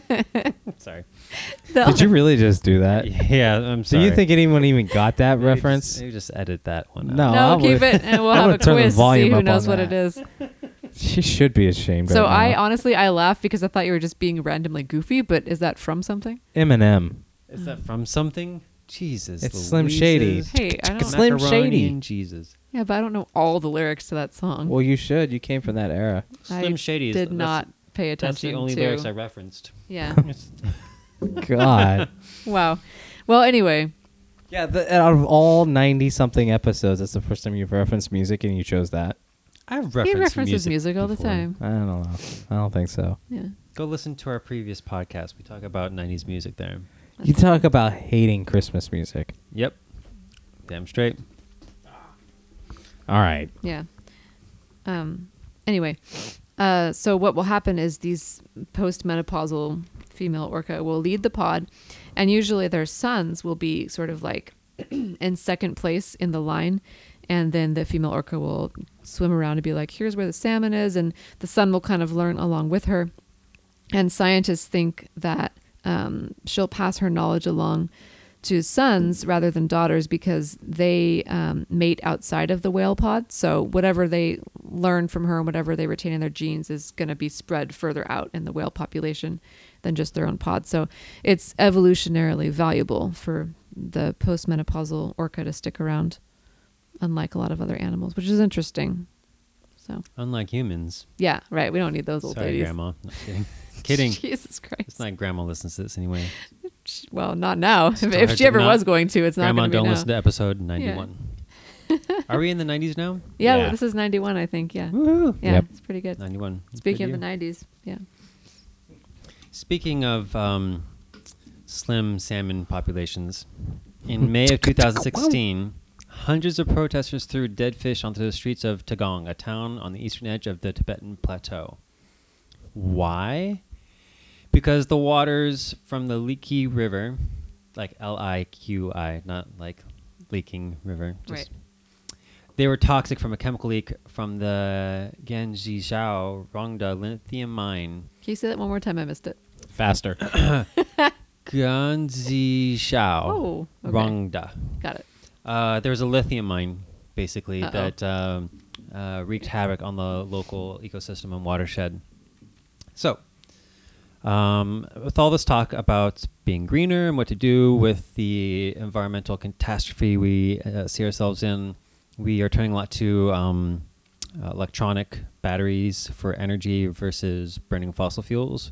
sorry. they'll- Did you really just do that? Yeah, I'm Do sorry. you think anyone even got that Maybe just- reference? Maybe just edit that one. out. No. no Oh, I keep would- it and we'll I have would a turn the quiz to see volume who up on knows what it that. is She should be ashamed. so right i now. honestly i laughed because i thought you were just being randomly goofy but is that from something Eminem. Is that from something? Jesus. Mm. It's Slim Shady. Louise's hey i don't Slim macaroni Shady. and Jesus. yeah but i don't know all the lyrics to that song Well, you should. You came from that era. Slim Shady is did that's- not pay attention That's the only to lyrics I referenced. yeah God. wow well anyway yeah. The, out of all ninety something episodes, that's the first time you've referenced music, and you chose that. I have he referenced references music, music. all the before. Uh, time I don't know. I don't think so. yeah Go listen to our previous podcast. We talk about 90s music there. You talk about hating Christmas music. Yep. Damn straight. All right. Yeah. Um, anyway, uh, so what will happen is these postmenopausal female orca will lead the pod, and usually their sons will be sort of like in second place in the line. And then the female orca will swim around and be like, here's where the salmon is. And the son will kind of learn along with her. And scientists think that um, she'll pass her knowledge along to sons rather than daughters because they um, mate outside of the whale pod. So whatever they learn from her and whatever they retain in their genes is going to be spread further out in the whale population than just their own pod. So it's evolutionarily valuable for the postmenopausal orca to stick around, unlike a lot of other animals, which is interesting. So Unlike humans. yeah, right. We don't need those old Sorry, ladies. Grandma. No, kidding. kidding. Jesus Christ. It's not Grandma listens to this anyway. She- well, not now. If, if hard she to ever not- was going to, it's Grandma, not going to be don't now. listen to episode 91. Are we in the 90s now? yeah, Yeah. this is 91, I think. Yeah. Woohoo. Yeah, Yep. it's pretty good. 91. Speaking Good of the year. 90s, yeah. Speaking of um, slim salmon populations, in May of 2016, hundreds of protesters threw dead fish onto the streets of Tagong, a town on the eastern edge of the Tibetan Plateau. Why? Because the waters from the Liqi River, like L I Q I, not like leaking river, just Right. they were toxic from a chemical leak from the Ganjizhou Rongda lithium mine. Can you say that one more time? I missed it. Faster. Ganjizhou Oh, okay. Rongda. Got it. Uh, there was a lithium mine, basically, Uh-oh. that um, uh, wreaked havoc on the local ecosystem and watershed. So, um, with all this talk about being greener and what to do with the environmental catastrophe we uh, see ourselves in, we are turning a lot to um, uh, electronic batteries for energy versus burning fossil fuels.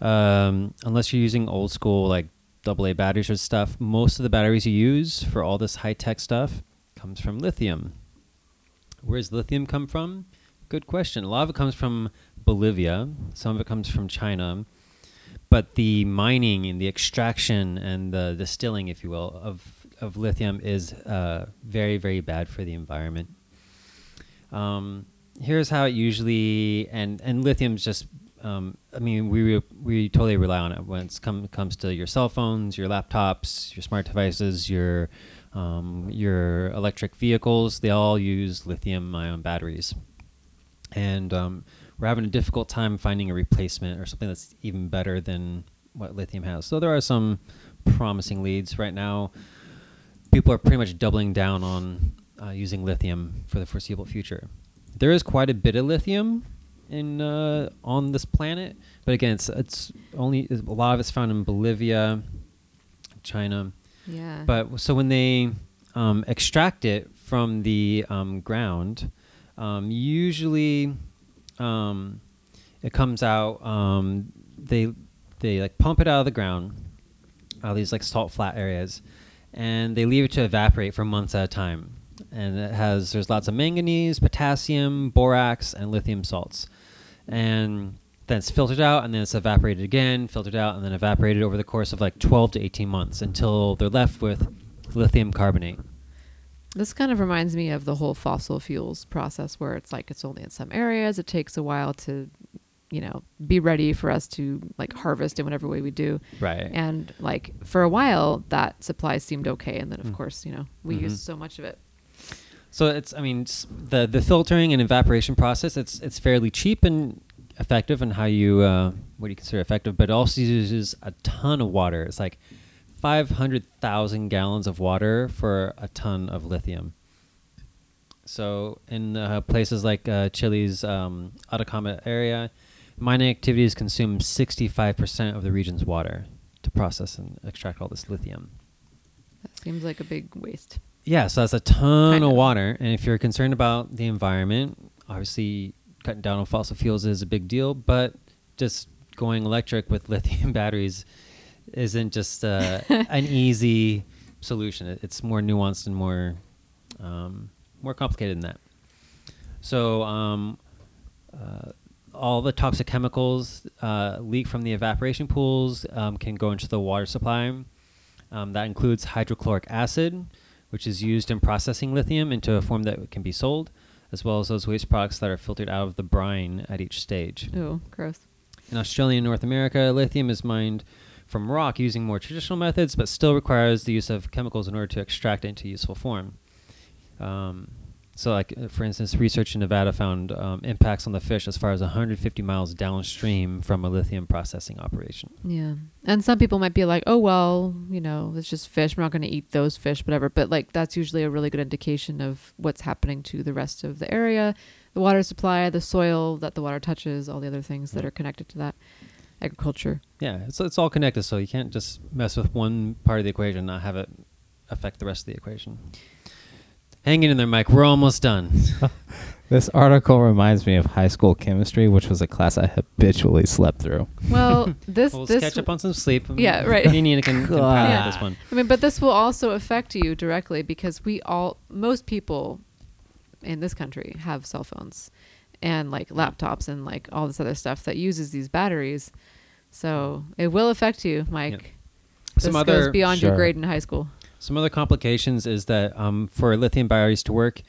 Um, unless you're using old school like AA batteries or stuff, most of the batteries you use for all this high tech stuff comes from lithium. Where does lithium come from? Good question. A lot of it comes from Bolivia, some of it comes from China. But the mining and the extraction and the distilling, if you will, of, of lithium is uh, very, very bad for the environment. Um, here's how it usually and and lithium's just um, I mean we re- we totally rely on it when it come, comes to your cell phones, your laptops, your smart devices, your um, your electric vehicles. They all use lithium-ion batteries, and um, we're having a difficult time finding a replacement or something that's even better than what lithium has. So there are some promising leads right now people are pretty much doubling down on uh, using lithium for the foreseeable future. There is quite a bit of lithium in uh, on this planet, but again, it's it's only a lot of it's found in Bolivia, China. Yeah. But so when they um, extract it from the um, ground, um, usually um, it comes out. Um, they they like pump it out of the ground, out of these like salt flat areas, and they leave it to evaporate for months at a time. And it has there's lots of manganese, potassium, borax, and lithium salts, and then it's filtered out and then it's evaporated again, filtered out and then evaporated over the course of like 12 to 18 months until they're left with lithium carbonate. This kind of reminds me of the whole fossil fuels process where it's like it's only in some areas, it takes a while to, you know, be ready for us to like harvest in whatever way we do. Right. And like for a while that supply seemed okay and then of Mm. course, you know, we Mhm. used so much of it. So it's I mean s- the the filtering and evaporation process it's it's fairly cheap and effective in how you uh, what do you consider effective, but it also uses a ton of water. It's like five hundred thousand gallons of water for a ton of lithium. So in uh, places like uh, Chile's um, Atacama area, mining activities consume sixty five percent of the region's water to process and extract all this lithium. That seems like a big waste. Yeah, so that's a ton Kind of of. water. And if you're concerned about the environment, obviously cutting down on fossil fuels is a big deal, but just going electric with lithium batteries isn't just uh, an easy solution. It- It's more nuanced and more um, more complicated than that. So um, uh, all the toxic chemicals uh, leak from the evaporation pools um, can go into the water supply. Um, that includes hydrochloric acid, which is used in processing lithium into a form that can be sold, as well as those waste products that are filtered out of the brine at each stage. Oh, gross. In Australia and North America, lithium is mined from rock using more traditional methods, but still requires the use of chemicals in order to extract it into useful form. Um, so, like uh, for instance, research in Nevada found um, impacts on the fish as far as 150 miles downstream from a lithium processing operation. Yeah. And some people might be like, oh, well, you know, it's just fish. We're not going to eat those fish, whatever. But like, that's usually a really good indication of what's happening to the rest of the area, the water supply, the soil that the water touches, all the other things that are connected to that, agriculture. Yeah, it's it's all connected, so you can't just mess with one part of the equation and not have it affect the rest of the equation. Hang in there, Mike. We're almost done. This article reminds me of high school chemistry, which was a class I habitually slept through. Well, this, we'll this, catch up on some sleep. Yeah, right. Me and Nina can, can pilot God. this one. I mean, but this will also affect you directly because we all, most people in this country have cell phones and like laptops and like all this other stuff that uses these batteries. So it will affect you, Mike. This Some goes other beyond your Sure. grade in high school. Some other complications is that um, for lithium batteries to work,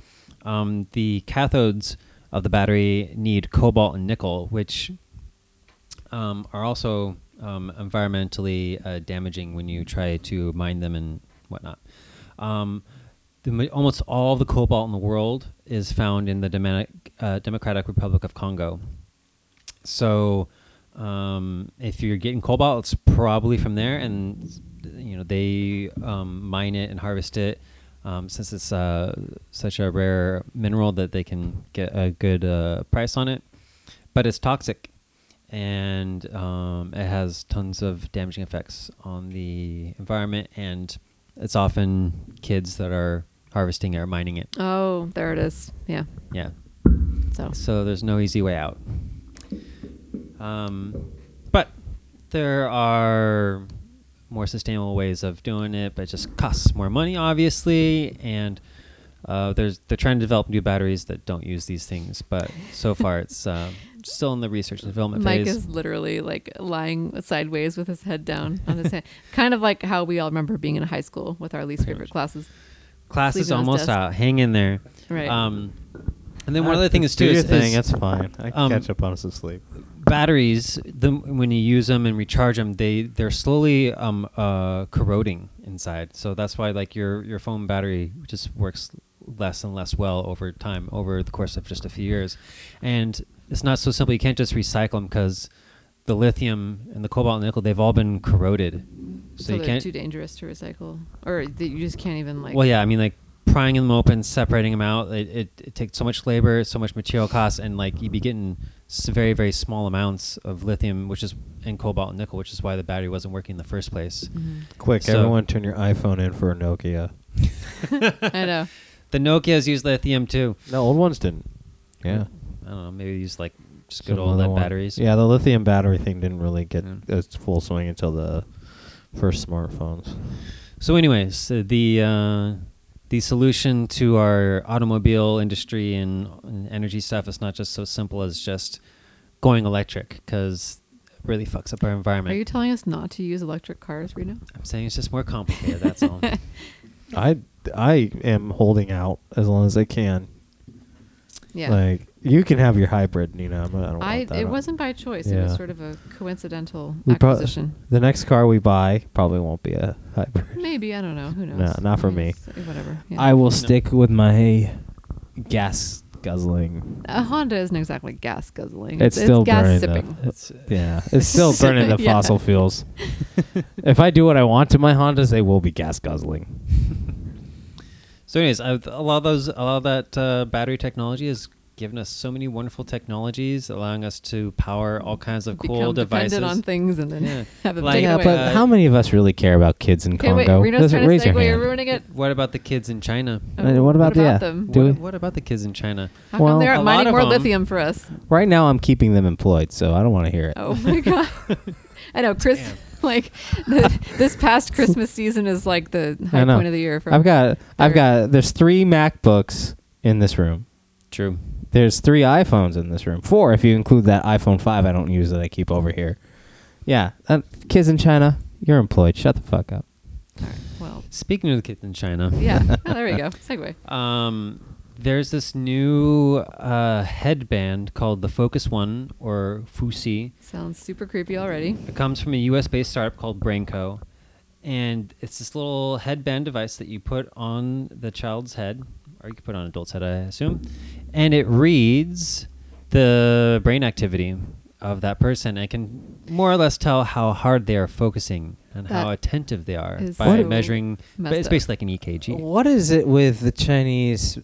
um, the cathodes of the battery need cobalt and nickel, which um, are also um, environmentally uh, damaging when you try to mine them and whatnot. Um, the, ma- almost all the cobalt in the world is found in the Demanic, uh, Democratic Republic of Congo. So, um, if you're getting cobalt, it's probably from there, and you know they um, mine it and harvest it um, since it's uh, such a rare mineral that they can get a good uh, price on it. But it's toxic, and um, it has tons of damaging effects on the environment, and it's often kids that are harvesting or mining it. Oh, there it is. Yeah. Yeah. So So there's no easy way out. Um, but there are more sustainable ways of doing it, but it just costs more money, obviously. And uh, there's they're trying to develop new batteries that don't use these things, but so far it's um, still in the research and development Mike phase. is literally like lying sideways with his head down on his hand, kind of like how we all remember being in high school with our least Pretty favorite much. classes. Class is sleeping on his almost desk. out. Hang in there. Right. Um, and then one other thing is too is, is- fine. I can um, catch up on some sleep. batteries the, when you use them and recharge them they they're slowly um uh corroding inside so that's why like your your phone battery just works less and less well over time over the course of just a few years and it's not so simple you can't just recycle them because the lithium and the cobalt and nickel they've all been corroded so, so you they're can't too dangerous to recycle, or that you just can't even like. well yeah i mean like prying them open separating them out it, it, it takes so much labor so much material costs and like you'd be getting s- very very small amounts of lithium which is and cobalt and nickel which is why the battery wasn't working in the first place Mhm. Quick, So- everyone turn your iPhone in for a Nokia. I know. the nokias use lithium too No, old ones didn't. Yeah. i don't know maybe they use like just Some good old other lead one. batteries Yeah, the lithium battery thing didn't really get Yeah. its full swing until the first smartphones. So, anyways, uh, the uh, the solution to our automobile industry and, and energy stuff is not just so simple as just going electric because it really fucks up our environment. Are you telling us not to use electric cars, Reno? I'm saying it's just more complicated. That's all. I I am holding out as long as I can. Yeah. Like you can have your hybrid, Nina. I'm- I don't. I, want that it on- wasn't by choice. It was Yeah. sort of a coincidental We prob- acquisition. the next car we buy probably won't be a hybrid. Maybe I don't know. Who knows? No, not for I me. s- Whatever. yeah. I will stick with my gas guzzling. A Uh, Honda isn't exactly gas guzzling. It's still gas burning sipping. the- It's, Yeah, it's still burning the Yeah. fossil fuels. if I do what I want to my Hondas, they will be gas guzzling. so, anyways, I've, a lot of those, a lot of that uh, battery technology has given us so many wonderful technologies, allowing us to power all kinds of cool Become devices. dependent on things and then Yeah. have them Like- taken Yeah, yeah, away. but Uh, how many of us really care about kids in okay, wait. Congo? Reno's Does it- trying to raise your segue. You're hand. ruining it. What about the kids in China? Uh, what about the- them? Do what, we- what about the kids in China? How come Well, they a aren't lot mining of more 'em- lithium for us? Right now, I'm keeping them employed, so I don't want to hear it. Oh my god! I know, Chris. Like the, this past Christmas season is like the high I know. point of the year. For I've got, They're- I've got. There's three MacBooks in this room. True. There's three iPhones in this room. Four, if you include that iPhone five I don't use that I keep over here. Yeah, uh, kids in China, you're employed. Shut the fuck up. All right, well, Speaking of the kids in China, yeah. Oh, there we go. Segue. um, there's this new uh, headband called the Focus One or Fusi. Sounds super creepy already. It comes from a US based startup called Brainco. And it's this little headband device that you put on the child's head, or you can put on an adult's head, I assume. And it reads the brain activity of that person and can more or less tell how hard they are focusing and how That attentive they are is by so measuring. But messed it's up. basically like an E EKG. What is it with the Chinese,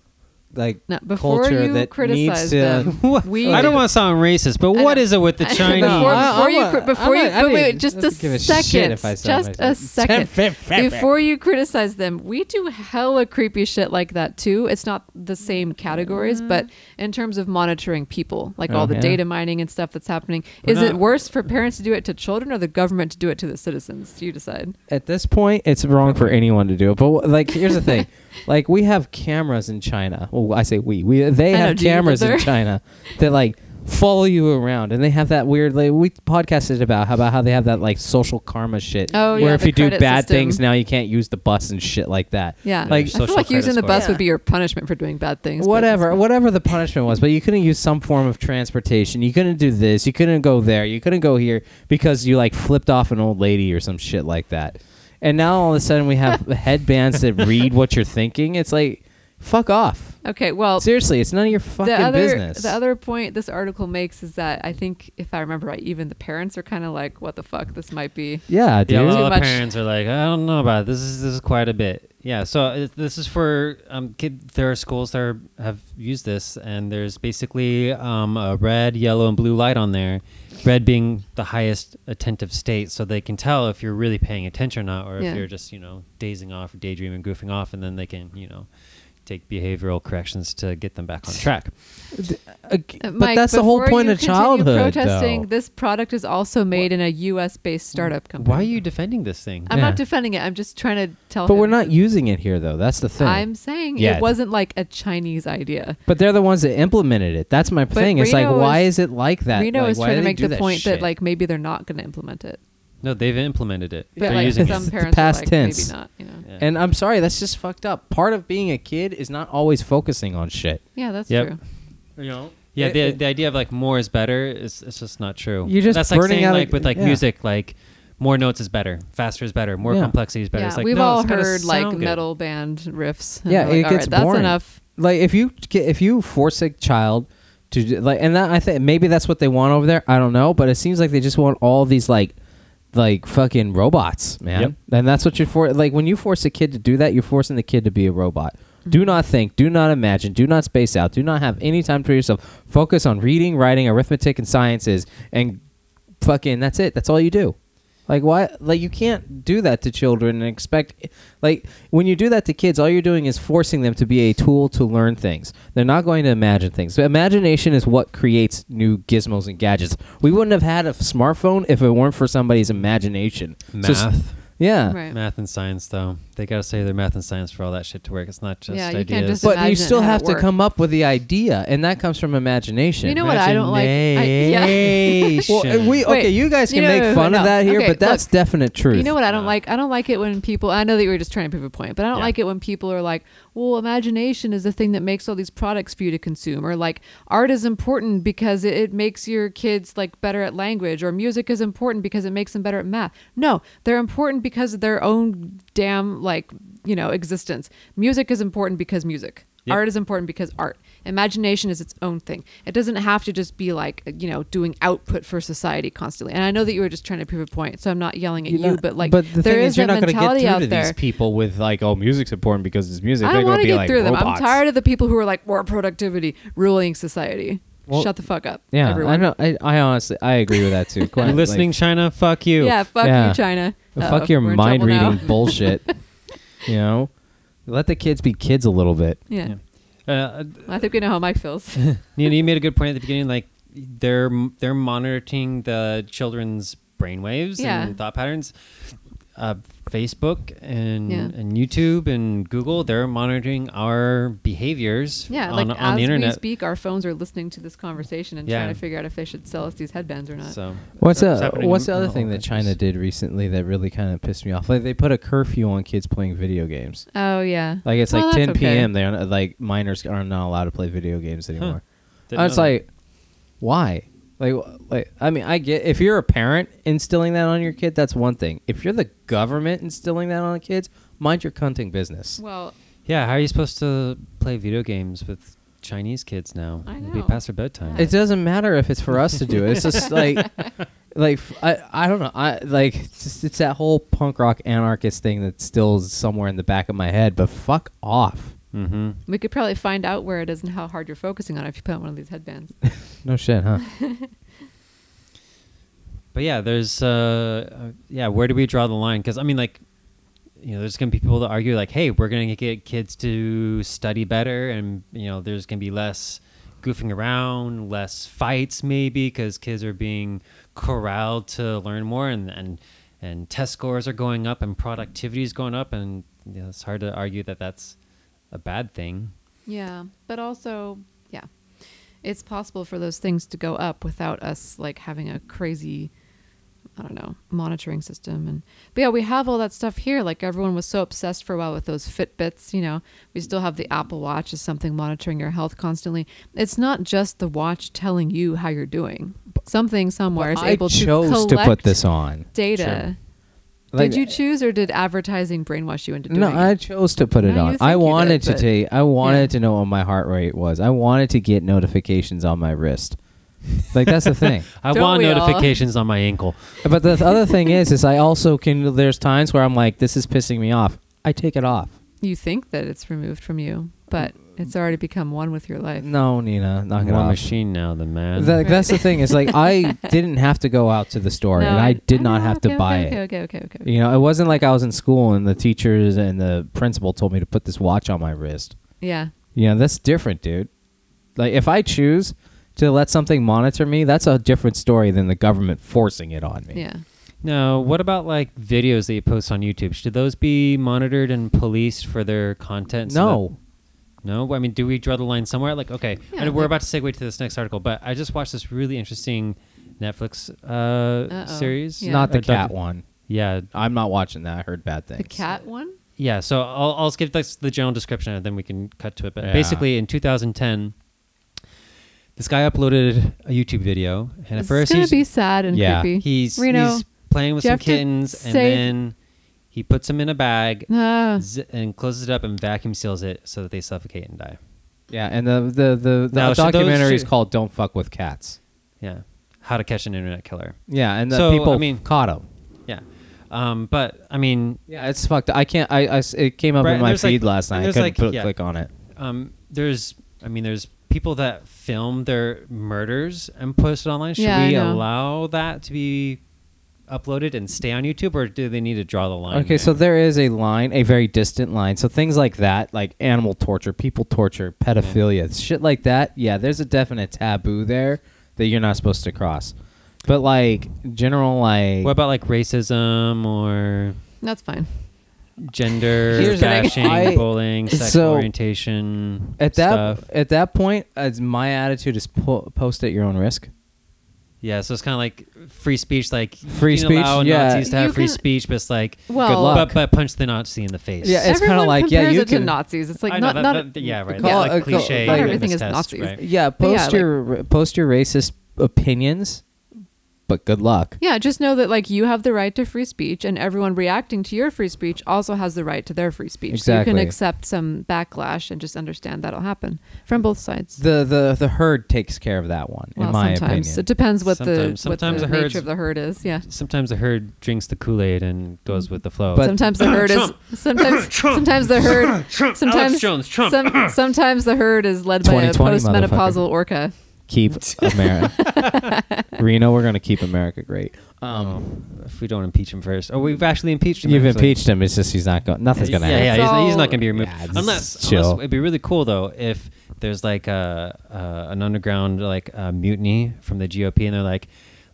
like Now, before culture you that criticize needs to? them, What? we I don't want to sound racist, but I what know. is it with the I know. Chinese? Before, I- before you, I'm cri- not- before you, I'm not- I but wait, mean, just I a don't give a shit second, if I sound just like a that. second. before you criticize them, we do hella creepy shit like that too. It's not the same categories, Mm. but in terms of monitoring people, like all Oh, the yeah. data mining and stuff that's happening, We're is it not- worse for parents to do it to children or the government to do it to the citizens? You decide. At this point, it's wrong for anyone to do it. But wh- like, here's the thing: like, we have cameras in China. Well, I say we. We they I know, have do you live cameras there? in China that like follow you around, and they have that weird. Like, we podcasted about how about how they have that like social karma shit. Oh, where yeah, if the you do credit bad system. things now, you can't use the bus and shit like that. Yeah, Like, I feel social like credit using the score. bus Yeah. would be your punishment for doing bad things. but Whatever, whatever the punishment was, but you couldn't use some form of transportation. You couldn't do this. You couldn't go there. You couldn't go here because you like flipped off an old lady or some shit like that. And now all of a sudden we have headbands that read what you're thinking. It's like, fuck off. it's- Okay, well, Seriously, it's none of your fucking the other, business. The other point this article makes is that I think, if I remember right, even the parents are kind of like, "What the fuck? This might be." yeah, dude. Yeah, a Too lot of much. parents are like, I don't know about it. this. Is this is quite a bit? Yeah. So it, this is for um, kid. There are schools that are, have used this, and there's basically um, a red, yellow, and blue light on there. Red being the highest attentive state, so they can tell if you're really paying attention or not, or Yeah. if you're just you know dazing off, or daydreaming, goofing off, and then they can you know take behavioral corrections to get them back on track. Uh, Uh, but Mike, that's the whole before point you of continue childhood. Protesting. though. This product is also made in a U.S.-based startup company. Why are you defending this thing? I'm Yeah. not defending it. I'm just trying to tell. But him. we're not using it here though. That's the thing. I'm saying Yeah. it wasn't like a Chinese idea. but they're the ones that implemented it. That's my thing. It's like, Reno why is- is it like that? Reno Like, is why trying do to they make do the point that shit? like maybe they're not going to implement it. no, they've implemented it. But They're like using some it. parents past are like, tense. maybe not. You know. Yeah. And I'm sorry, that's just fucked up. Part of being a kid is not always focusing on shit. Yeah, that's Yep. true. you know yeah It- the, it- the idea of like more is better is it's just not true You're just that's like burning saying out like a- with like yeah. music like more notes is better faster is better more Yeah. complexity is better Yeah, it's like we've no, all it's gotta heard like sound good. metal band riffs. and Yeah, we're like, it "All gets right, That's boring. enough. Like if you get, if you force a child to do, like, and that, I think maybe that's what they want over there. I don't know, but it seems like they just want all these like like fucking robots, man. Yep. And that's what you're for. Like when you force a kid to do that, you're forcing the kid to be a robot. Mm-hmm. Do not think. Do not imagine. Do not space out. Do not have any time for yourself. Focus on reading, writing, arithmetic, and sciences, and fucking that's it. That's all you do. Like why? Like you can't do that to children and expect. Like when you do that to kids, all you're doing is forcing them to be a tool to learn things. They're not going to imagine things. Imagination is what creates new gizmos and gadgets. We wouldn't have had a f- smartphone if it weren't for somebody's imagination. So s- Math. Yeah. Right. Math and science, though, they got to say their math and science for all that shit to work. It's not just Yeah, you ideas. can't just But you imagine still how have it to worked. come up with the idea, and that comes from imagination. You know what I don't like? I- Well, uh, Imagination. Wait, we okay. You guys you can know, make no, no, fun no. of that here, Okay, but that's look. definite truth. You know what I don't Yeah. like? I don't like it when people. I know that you were just trying to prove a point, but I don't Yeah. like it when people are like, "Well, imagination is the thing that makes all these products for you to consume," or like, "Art is important because it, it makes your kids like better at language," or "Music is important because it makes them better at math." No, they're important because of their own damn like you know existence. Music is important because music. Yep. Art is important because art. Imagination is its own thing. It doesn't have to just be like, you know, doing output for society constantly. And I know that you were just trying to prove a point, so I'm not yelling at You're you, not- but like but the there thing is is, you're that not gonna mentality get out through to there. these people with like, oh, music's important because it's music. I They're don't gonna want to be get like through them. robots. I'm tired of the people who are like more productivity ruling society. Well, Shut the fuck up. Yeah, everyone. I know. I, I honestly, I agree with that too. You're listening, China? Fuck you. Yeah, fuck Yeah. you, China. Like, Uh-oh, fuck your Uh, we're in mind trouble now. reading bullshit. You know, let the kids be kids a little bit. yeah. Uh, I think we know how Mike feels. Nina, you made a good point at the beginning. Like they're they're monitoring the children's brainwaves Yeah. and thought patterns. Uh, Facebook and Yeah. and YouTube and Google, they're monitoring our behaviors. yeah, on, like on as the internet. we speak, our phones are listening to this conversation and Yeah. trying to figure out if they should sell us these headbands or not. So What's that's the, happening what's in the other all thing that Oh, China countries. did recently that really kind of pissed me off? Like they put a curfew on kids playing video games. Oh yeah. Like it's Oh, like that's 10 okay. p.m. They're not- like minors are not allowed to play video games anymore. Didn't I was know that. like, why? Like, wh- like I mean, I get if you're a parent instilling that on your kid, that's one thing. If you're the government instilling that on the kids, mind your cunting business. Well, yeah, how are you supposed to play video games with Chinese kids now? I It'll be know. past their bedtime. It doesn't matter if it's for us to do it. It's just like, like f- I, I don't know. I like it's, just, it's that whole punk rock anarchist thing that's still somewhere in the back of my head. But fuck off. mm-hmm. we could probably find out where it is and how hard you're focusing on it if you put on one of these headbands. No shit, huh? But yeah, there's uh, uh, yeah, where do we draw the line? Because I mean, like, you know, there's gonna be people that argue like, hey, we're gonna get kids to study better, and you know, there's gonna be less goofing around, less fights maybe, because kids are being corralled to learn more, and and and test scores are going up, and productivity is going up, and you know, it's hard to argue that that's a bad thing. Yeah, but also, yeah, it's possible for those things to go up without us like having a crazy, I don't know, monitoring system. And but yeah, we have all that stuff here. Like everyone was so obsessed for a while with those Fitbits. You know, we still have the Apple Watch as something monitoring your health constantly. It's not just the watch telling you how you're doing. Something somewhere is I able chose to to, put collect this on. data. Like, uh, did you choose or did advertising brainwash you into doing No, it? I chose to put it No, on. you I think you wanted did, to but- take. I Yeah. wanted to know what my heart rate was. I wanted to get notifications on my wrist. Like that's the thing. I Don't want we all? notifications on my ankle. But the other thing is, is I also can. There's times where I'm like, this is pissing me off. I take it off. you think that it's removed from you, but it's already become one with your life. Mm. No, Nina, knock it One off. machine now, the man. Th- That's the thing. Is like I didn't have to go out to the store, No, and I did I not know, have okay, to buy okay, it. Okay, okay, okay, okay. You know, it wasn't like I was in school and the teachers and the principal told me to put this watch on my wrist. Yeah, You know, that's different, dude. Like if I choose to let something monitor me, that's a different story than the government forcing it on me. yeah. No, what about like videos that you post on YouTube? Should those be monitored and policed for their content? so No. that- no. I mean, do we draw the line somewhere? Like, okay, Yeah, I know we're but- about to segue to this next article, but I just watched this really interesting Netflix uh, Uh-oh. series. Yeah. Not the Or docu- cat one. Yeah, I'm not watching that. I heard bad things. The cat one? yeah. So I'll I'll skip the, the general description and then we can cut to it. But Yeah. basically, in 2010, this guy uploaded a YouTube video, and at It's first gonna he's- be sad and Yeah. creepy. He's, Reno. he's playing with do you some have to kittens, and say- then he puts them in a bag Ah, z- and closes it up and vacuum seals it so that they suffocate and die. Yeah, and the the the, the Now, should those documentary is should- called "Don't Fuck with Cats." Yeah, how to catch an internet killer. Yeah, and the So, people I mean- caught him. Yeah, um, but I mean, Yeah, it's fucked. I can't. I, I s- it came up Right, in and my there's, like- feed last and night. I there's, couldn't like, put, yeah. click on it. um, there's I mean, there's people that film their murders and post it online. Should Yeah, I we know. allow that to be uploaded and stay on YouTube, or do they need to draw the line? Okay, so there is a line, a very distant line. So things like that, like animal torture, people torture, Mm-hmm. pedophilia, shit like that. Yeah, there's a definite taboo there that you're not supposed to cross. But like general, like what about like racism or That's fine. Gender, Here's the thing. bashing, I- bullying, sexual So, orientation At that stuff. at that point, as my attitude is po- post at your own risk. Yeah, so it's kind of like free speech. Like Free you can allow speech, yeah. Nazis to have You free can- speech, but it's like Well- but but punch the Nazi in the face. Yeah, it's kinda Everyone like, yeah, compares you it can- to Nazis. It's like I know, not that- not that- yeah, right. Call- That's uh, like call- cliche. not everything is mistest, Nazis. Right? Yeah, But yeah, post your post your racist opinions, but good luck. Yeah, just know that like you have the right to free speech, and everyone reacting to your free speech also has the right to their free speech. So you Exactly. can accept some backlash and just understand that'll happen from both sides. The the the herd takes care of that one, well, in my sometimes opinion. it depends what Sometimes- the what sometimes the a herd's- nature of the herd is. Yeah. Sometimes the herd drinks the Kool Aid and goes with the flow. But- Mm-hmm. sometimes the herd is sometimes sometimes the herd sometimes Jones, Trump. some- sometimes the herd is led by a 2020, postmenopausal orca. keep America, Reno. We're gonna keep America great. Um, um, if we don't impeach him first, oh, we've actually impeached him. you've actually. impeached him. It's just he's not going. Nothing's gonna yeah, happen. yeah, he's, So- he's not going to be removed Yeah, just unless, chill. unless- it'd be really cool though if there's like a uh, an underground like uh, mutiny from the GOP and they're like,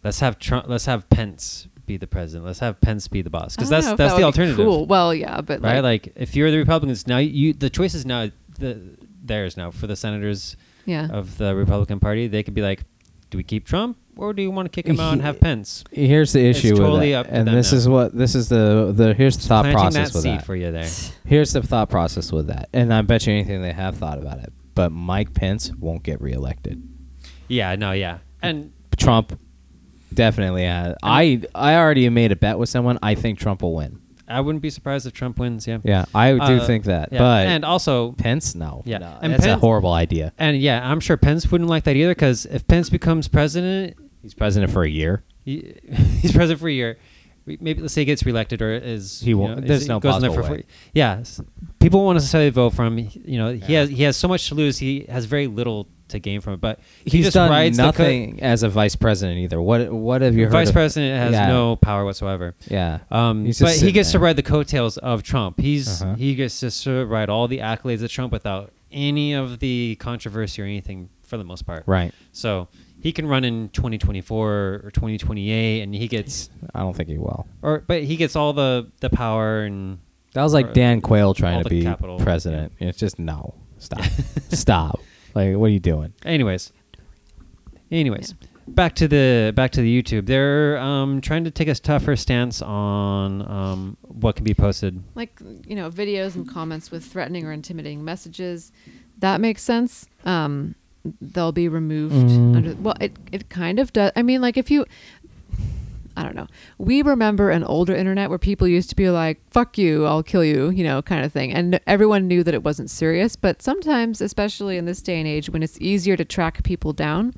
let's have Trump, let's have Pence be the president, let's have Pence be the boss because I don't that's know if that's that the would be alternative, Cool. Well, yeah, but right? like, Like if you're the Republicans now, you the choice is now the theirs now for the senators yeah. of the Republican Party. They could be like, do we keep Trump or do you want to kick him out and have Pence? Here's the issue with totally it, up to and them this now. is what this is the the here's the thought Planting process that with seed that. for you there. Here's the thought process with that, and I bet you anything they have thought about it. But Mike Pence won't get reelected. Yeah, no, yeah, and Trump definitely had. I I already made a bet with someone. I think Trump will win. I wouldn't be surprised if Trump wins. Yeah, Yeah, I do Uh, think that. yeah, But and also Pence, no. Yeah, No, and that's a Pence- horrible idea. and yeah, I'm sure Pence wouldn't like that either because if Pence becomes president, He's president for a year. he, he's president for a year. We- Maybe let's say he gets reelected or is He you won't- know, there's is- no goes in there possible for way. free. Yeah, s- people won't necessarily vote for him. He- You know, he Yeah. has he has so much to lose. He has very little to gain from it. But he He's just done rides the co- nothing as a vice president either. What What have you heard? vice of- president has Yeah. no power whatsoever. Yeah. Um, He's just but he sitting gets to there. ride the coattails of Trump. He's Uh-huh. he gets just to ride all the accolades of Trump without any of the controversy or anything for the most part. Right. So he can run in 2024 or 2028, and he gets I don't think he will. or but he gets all the the power and That was like Or- Dan Quayle all trying to the be capital, president. It's just no. Stop. Stop. Like, what are you doing? anyways. Anyways, back to the back to the YouTube. They're um, trying to take a tougher stance on um, what can be posted. like you know videos and comments with threatening or intimidating messages that makes sense um they'll be removed Mm. under well it it kind of does i mean like if you i don't know we remember an older internet where people used to be like fuck you i'll kill you you know kind of thing and everyone knew that it wasn't serious but sometimes especially in this day and age when it's easier to track people down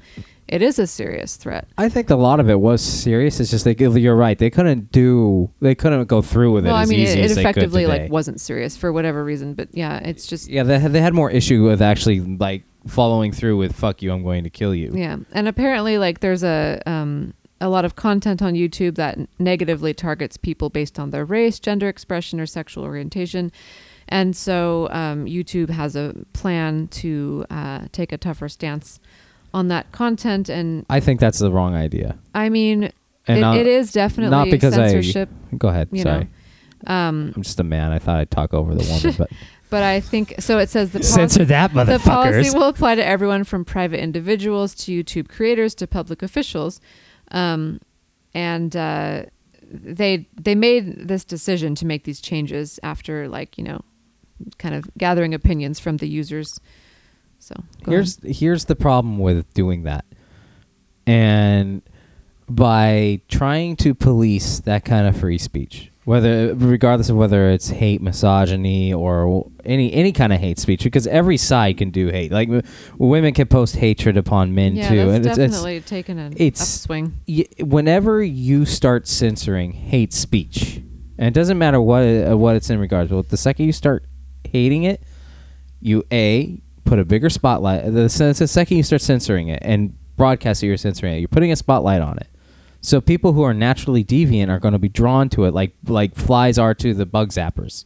it is a serious threat I think a lot of it was serious. It's just like you're right. They couldn't do. They couldn't go through with well it i as mean it, easy it as they could effectively today. like wasn't serious for whatever reason but yeah it's just Yeah, they had, they had more issue with actually like following through with "fuck you, I'm going to kill you." Yeah, and apparently, like, there's a um, a lot of content on YouTube that negatively targets people based on their race, gender expression, or sexual orientation. And so, um, YouTube has a plan to uh, take a tougher stance on that content. And I think that's the wrong idea. I mean, And it, not- it is definitely not because I- censorship. Go ahead. You Sorry, know, um, I'm just a man. I thought I'd talk over the woman, but but I think so. It says the policy- that, The policy will apply to everyone from private individuals to YouTube creators to public officials. Um, and uh, they they made this decision to make these changes after like, you know, kind of gathering opinions from the users. So go here's on. here's the problem with doing that, and by trying to police that kind of free speech, whether regardless of whether it's hate, misogyny, or any any kind of hate speech, because every side can do hate. Like w- women can post hatred upon men yeah, too, that's and it's- it's- definitely taken an it's- upswing. y- whenever you start censoring hate speech, and it doesn't matter what uh, what it's in regards, but the second you start hating it, you a put a bigger spotlight. The, se- the second you start censoring it and broadcast that you're censoring it, you're putting a spotlight on it. So people who are naturally deviant are going to be drawn to it, like like flies are to the bug zappers.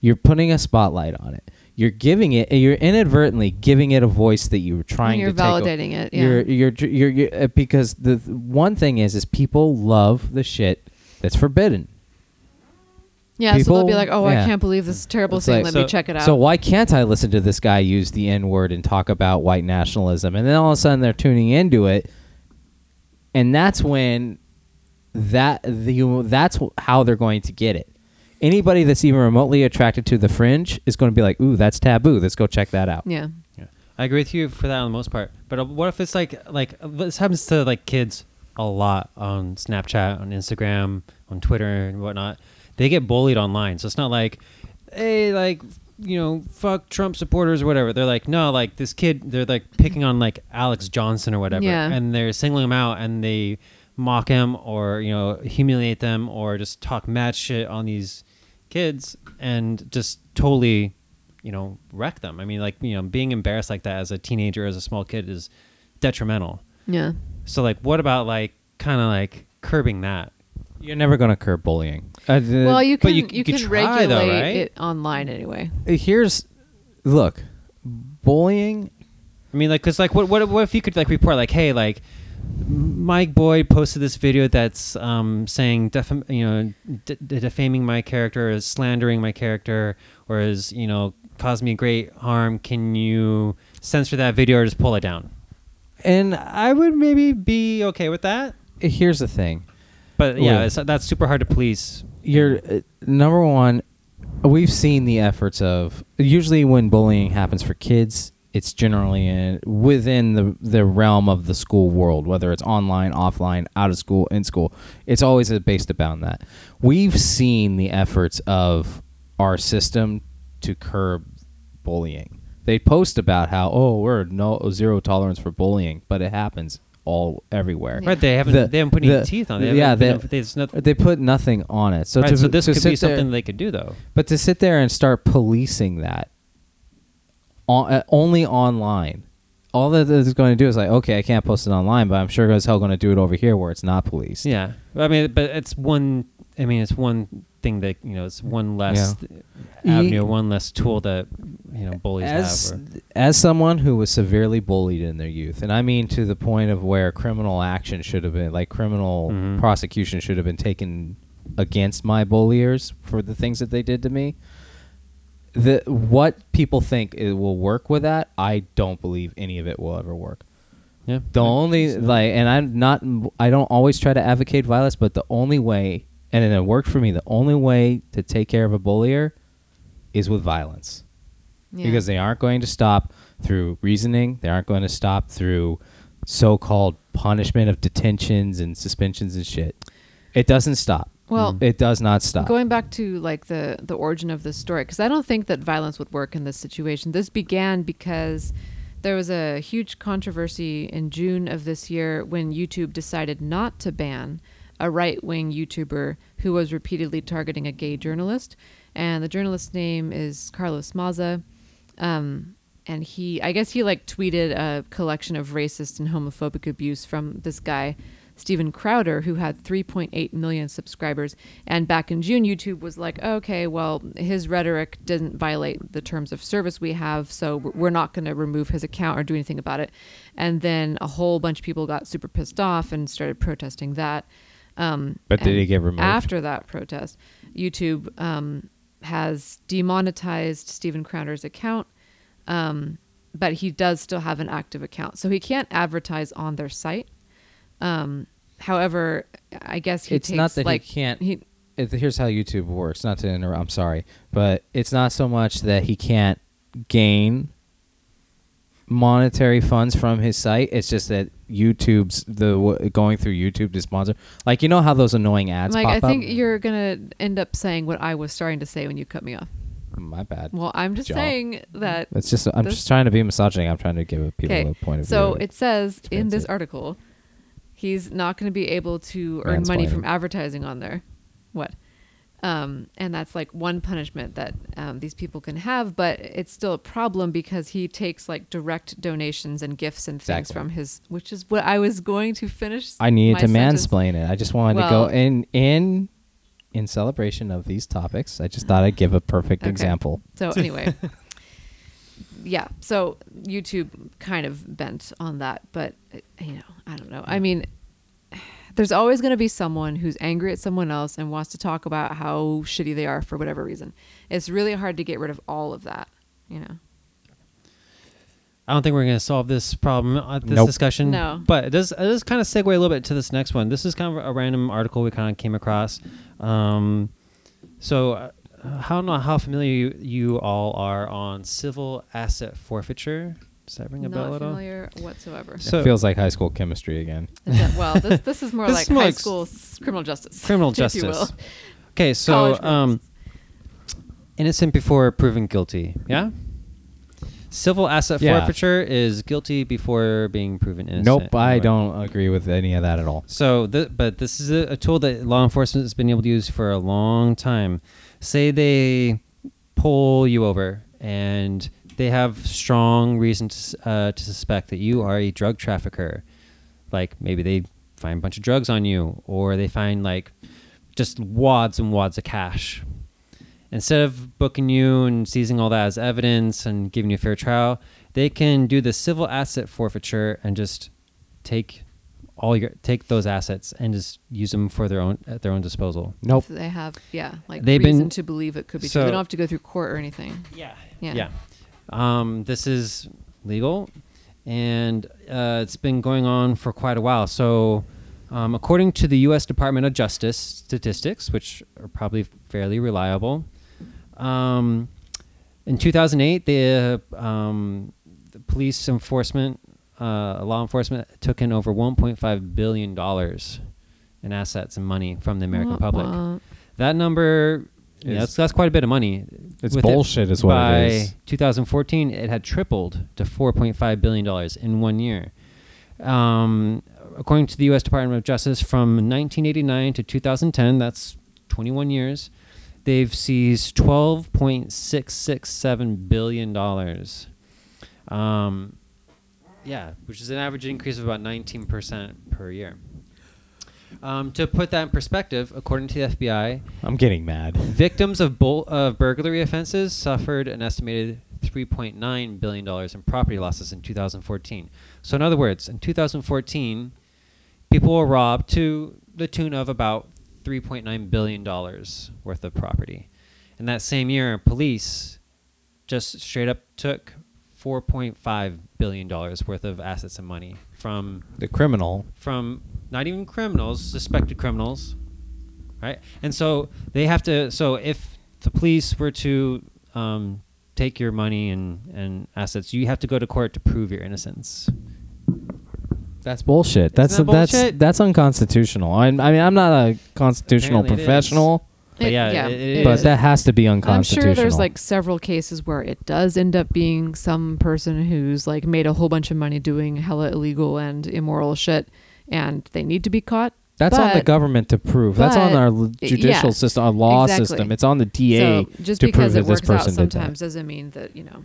You're putting a spotlight on it. You're giving it. You're inadvertently giving it a voice that you were trying You're to take o- validating it, yeah. You're you're, dr- you're, you're uh, because the th- one thing is is people love the shit that's forbidden. Yeah, so they'll be people- like, "Oh, I yeah. can't believe this is a terrible It's thing. like- Let me So- check it out." So why can't I listen to this guy use the N word and talk about white nationalism? And then all of a sudden they're tuning into it, and that's when that the that's how they're going to get it. Anybody that's even remotely attracted to the fringe is going to be like, "Ooh, that's taboo. Let's go check that out." yeah, Yeah. I agree with you for that on the most part. But uh, what if it's like like uh, this happens to like kids a lot on Snapchat, on Instagram, on Twitter and whatnot. They get bullied online. So it's not like hey like you know fuck Trump supporters or whatever. They're like no like this kid they're like picking on like Alex Johnson or whatever Yeah. and they're singling him out and they mock him or you know humiliate them or just talk mad shit on these kids and just totally you know wreck them i mean like you know being embarrassed like that as a teenager as a small kid is detrimental yeah, so like what about like kind of like curbing that You're never going to curb bullying. Uh, well, you but can you you, c- you can could try, regulate though, right? it online anyway. Here's look, bullying I mean, like, cause like, what, what, what if you could like report like, hey, like, Mike Boyd posted this video that's um, saying, defam- you know, d- d- defaming my character, or is slandering my character, or is you know, caused me great harm. Can you censor that video or just pull it down? and I would maybe be okay with that, here's the thing. but yeah, Ooh. it's, that's super hard to police. you're uh, number one. We've seen the efforts of usually when bullying happens for kids, it's generally in, within the the realm of the school world, whether it's online, offline, out of school, in school. It's always uh, based upon that. We've seen the efforts of our system to curb bullying. They post about how oh we're no zero tolerance for bullying, but it happens all everywhere. Right? They haven't The- they haven't put any the- teeth on. it. They yeah, haven't been- they- they- it's not- They put nothing on it. So, right, to, so this to could sit be something there, they could do though. But to sit there and start policing that on, uh, only online, all that it's going to do is like, okay, I can't post it online, but I'm sure as hell going to do it over here where it's not policed. Yeah, I mean, but it's one. I mean, it's one thing that you know. It's one less Yeah. avenue, Ye- one less tool that you know bullies As, have. Or, as someone who was severely bullied in their youth, and I mean to the point of where criminal action should have been, like criminal Mhm. prosecution should have been taken against my bulliers for the things that they did to me. The what people think it will work with that, I don't believe any of it will ever work. yeah, The only like, and I'm not. I don't always try to advocate violence, but the only way, and it worked for me. The only way to take care of a bullier is with violence, Yeah. because they aren't going to stop through reasoning. They aren't going to stop through so-called punishment of detentions and suspensions and shit. It doesn't stop. Mm. Well, it does not stop. Going back to like the the origin of this story, because I don't think that violence would work in this situation. This began because there was a huge controversy in June of this year when YouTube decided not to ban a right wing YouTuber who was repeatedly targeting a gay journalist, and the journalist's name is Carlos Maza. Um, and he, I guess he like tweeted a collection of racist and homophobic abuse from this guy, Steven Crowder, who had 3.8 million subscribers. And back in June, YouTube was like, okay, well, his rhetoric didn't violate the terms of service we have, so we're we're not going to remove his account or do anything about it. And then a whole bunch of people got super pissed off and started protesting that. Um, But did and it get removed? After that protest, YouTube um, has demonetized Steven Crowder's account, um, but he does still have an active account. So he can't advertise on their site. Um, however, I guess he it's takes, not that like, he can't. He, it- here's how YouTube works. Not to interrupt. I'm sorry, but it's not so much that he can't gain monetary funds from his site. It's just that YouTube's the w- going through YouTube to sponsor. Like you know how those annoying ads Mike, I pop think up. you're gonna end up saying what I was starting to say when you cut me off. My bad. Well, I'm just Jaw. saying that It's just I'm this- just trying to be misogynistic. I'm trying to give people Okay. a point of so view. it says in this expensive. article, he's not going to be able to earn money Mansplaining. from advertising on there. What? Um, and that's like one punishment that um, these people can have, but it's still a problem because he takes like direct donations and gifts and things Exactly. from his, which is what I was going to finish. I needed my to sentence. mansplain it. I just wanted Well- to go in in in celebration of these topics. I just thought I'd give a perfect Okay. example. So anyway, yeah. So YouTube kind of bent on that, but uh, you know, I don't know. I mean, there's always going to be someone who's angry at someone else and wants to talk about how shitty they are for whatever reason. It's really hard to get rid of all of that, you know. I don't think we're going to solve this problem at this Nope. discussion. No. But it does, it does kind of segue a little bit to this next one. This is kind of a random article we kind of came across. Um, so uh, I don't know how familiar you, you all are on civil asset forfeiture. Does that ring a bell Not at all? familiar whatsoever. So- it feels like high school chemistry again. Is that- well, this this is more This like is more high like s- school s- criminal justice. Criminal if you will. justice. Okay, College so criminal um, justice. innocent before proven guilty. Yeah. Civil asset Yeah. forfeiture is guilty before being proven innocent. Nope, I Anyway. don't agree with any of that at all. So, th- but this is a, a tool that law enforcement has been able to use for a long time. Say they pull you over and they have strong reason to, s- uh, to suspect that you are a drug trafficker. Like maybe they find a bunch of drugs on you, or they find like just wads and wads of cash. Instead of booking you and seizing all that as evidence and giving you a fair trial, they can do the civil asset forfeiture and just take all your take those assets and just use them for their own at their own disposal. Nope. If They have yeah, like They've reason been- to believe it could be so- true. They don't have to go through court or anything. Yeah. Yeah. Yeah. Um, this is legal, and uh, it's been going on for quite a while. So, um, according to the U.S. Department of Justice statistics, which are probably fairly reliable, um, in 2008, the, uh, um, the police enforcement, uh, law enforcement, took in over 1.5 billion dollars in assets and money from the American Wah, public. wah. That number, Is- yeah, that's, that's quite a bit of money. It's With bullshit is what it by is. 2014, it had tripled to 4.5 billion dollars in one year. Um, according to the U.S. Department of Justice, from 1989 to 2010, that's 21 years, they've seized 12.667 billion dollars. Um, yeah, which is an average increase of about 19% per year. Um, to put that in perspective, according to the FBI, I'm getting mad. victims of, bul- of burglary offenses suffered an estimated $3.9 billion in property losses in 2014. So, in other words, in 2014, people were robbed to the tune of about $3.9 billion worth of property. And that same year, police just straight up took $4.5 billion worth of assets and money from The criminal. from not even criminals, suspected criminals, right? And so they have to. So if the police were to um, take your money and and assets, you have to go to court to prove your innocence. That's bullshit. That's that that's bullshit? that's unconstitutional. I, I mean, I'm not a constitutional Apparently it is. professional, But It- yeah, yeah, it- it it but is. that has to be I'm unconstitutional. sure there's like several cases where it does end up being some person who's like made a whole bunch of money doing hella illegal and immoral shit and they need to be caught. that's on the but- government to prove. That's on but- our l- yeah, judicial system, our law exactly. system. It's on the DA So just to prove because that it this works out person did sometimes that. doesn't mean that, you know.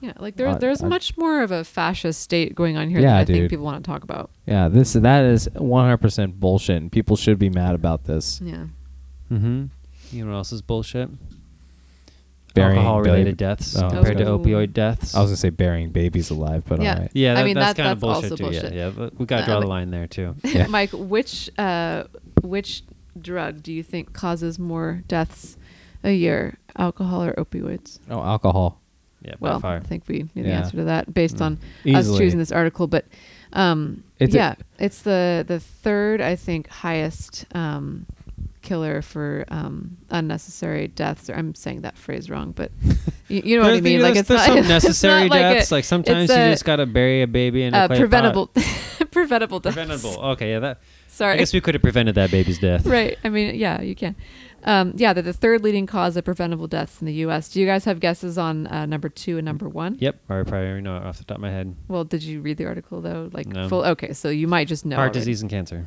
yeah, like there, I- there's I- much more of a fascist state going on here Yeah, that I dude. think people want to talk about. Yeah, this that is 100% bullshit, and people should be mad about this. Yeah. Mm-hmm. You know what else is bullshit? Burying Alcohol-related baby- deaths Oh, compared to okay. opioid deaths. I was gonna say burying babies alive, but Yeah. all right. yeah, I that, mean, that's that- kind of that's bullshit also too. bullshit. Yeah, yeah. but We got to Uh, draw the but- line there too. Yeah. Mike, which uh, which drug do you think causes more deaths a year, alcohol or opioids? Oh, alcohol. Yeah, by Well, I far. Mm. think we knew the Yeah. answer to that based on us Easily. choosing this article. But um, It's a- yeah, it's the the third, I think, highest um, killer for um, unnecessary deaths. Or I'm saying that phrase wrong, but you, you know what I There's- mean. there's- Like it's there's not, some it's not necessary like a- deaths. like sometimes it's you a- just gotta bury a baby in a uh, clay pot. preventable, preventable deaths. Preventable. Okay, yeah, that. Sorry. I guess we could have prevented that baby's death. right. I mean, yeah, you can. Um, yeah, they're the third leading cause of preventable deaths in the U.S. Do you guys have guesses on uh, number two and number one? Yep, I probably know it off the top of my head. Well, did you read the article though? Like No. full. Okay, so you might just know. Heart already. disease and cancer.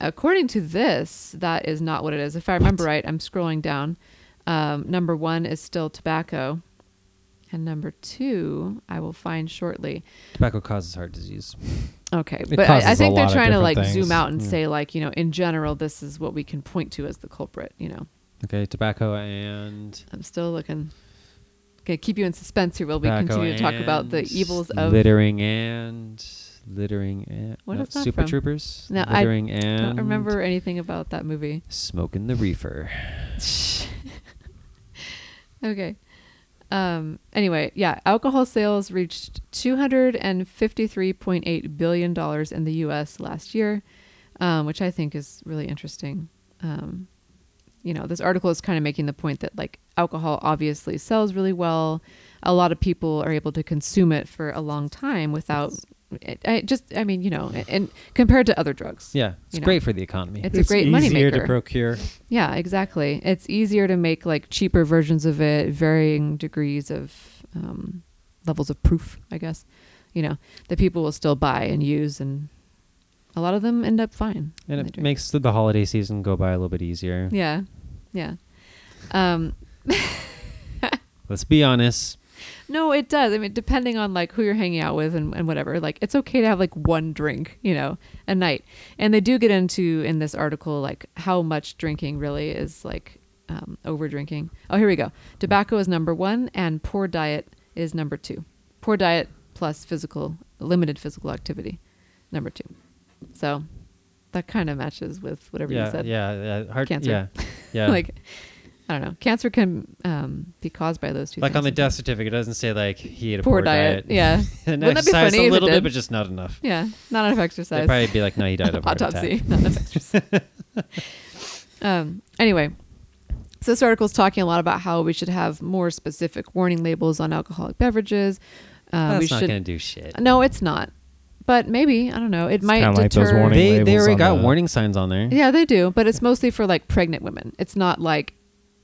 According to this, that is not what it is. If I remember right, I'm scrolling down. Um, number one is still tobacco, and number two I will find shortly. Tobacco causes heart disease. Okay, It but I, I causes a think lot they're of trying to different like things. zoom out and Yeah. say like you know in general this is what we can point to as the culprit. You know. Okay, tobacco and I'm still looking. Okay, keep you in suspense here while we Tobacco continue to talk about the and evils of littering and Littering and What no, is that Super from? Troopers. No, I littering I and don't remember anything about that movie. Smoking the reefer. okay. Um, anyway, yeah, alcohol sales reached $253.8 billion in the U.S. last year, um, which I think is really interesting. Um, you know, this article is kind of making the point that, like, alcohol obviously sells really well. A lot of people are able to consume it for a long time without. It, I just, I mean, you know, and compared to other drugs. Yeah, it's You know. great for the economy. It's a great moneymaker. easier to procure. Yeah, exactly. It's easier to make like cheaper versions of it, varying degrees of um, levels of proof, I guess. You know, that people will still buy and use, and a lot of them end up fine. when and they it drink. makes the, the holiday season go by a little bit easier. yeah, yeah. Um, Let's be honest. no, it does. I mean, depending on like who you're hanging out with and, and whatever, like it's okay to have like one drink, you know, a night. And they do get into in this article like how much drinking really is like um, over drinking. Oh, here we go. Tobacco is number one, and poor diet is number two. Poor diet plus physical limited physical activity, number two. So that kind of matches with whatever you Yeah, said. yeah, yeah. Hard, Cancer. Yeah, yeah. like I don't know. Cancer can um, be caused by those two. Like on the things. death certificate, it doesn't say like he ate a Poor diet. Yeah. and Wouldn't that be exercised funny if a it little did? bit, but just not enough. Yeah, not enough exercise. They'd probably be like, no, he died of a heart autopsy. attack." Not enough exercise. um, anyway, so this article is talking a lot about how we should have more specific warning labels on alcoholic beverages. Uh, we That's not should. gonna do shit. No, it's not. But maybe I don't know. It might kinda like deter. those warning- They they labels already on got the- warning signs on there. yeah, they do, but it's mostly for like pregnant women. It's not like,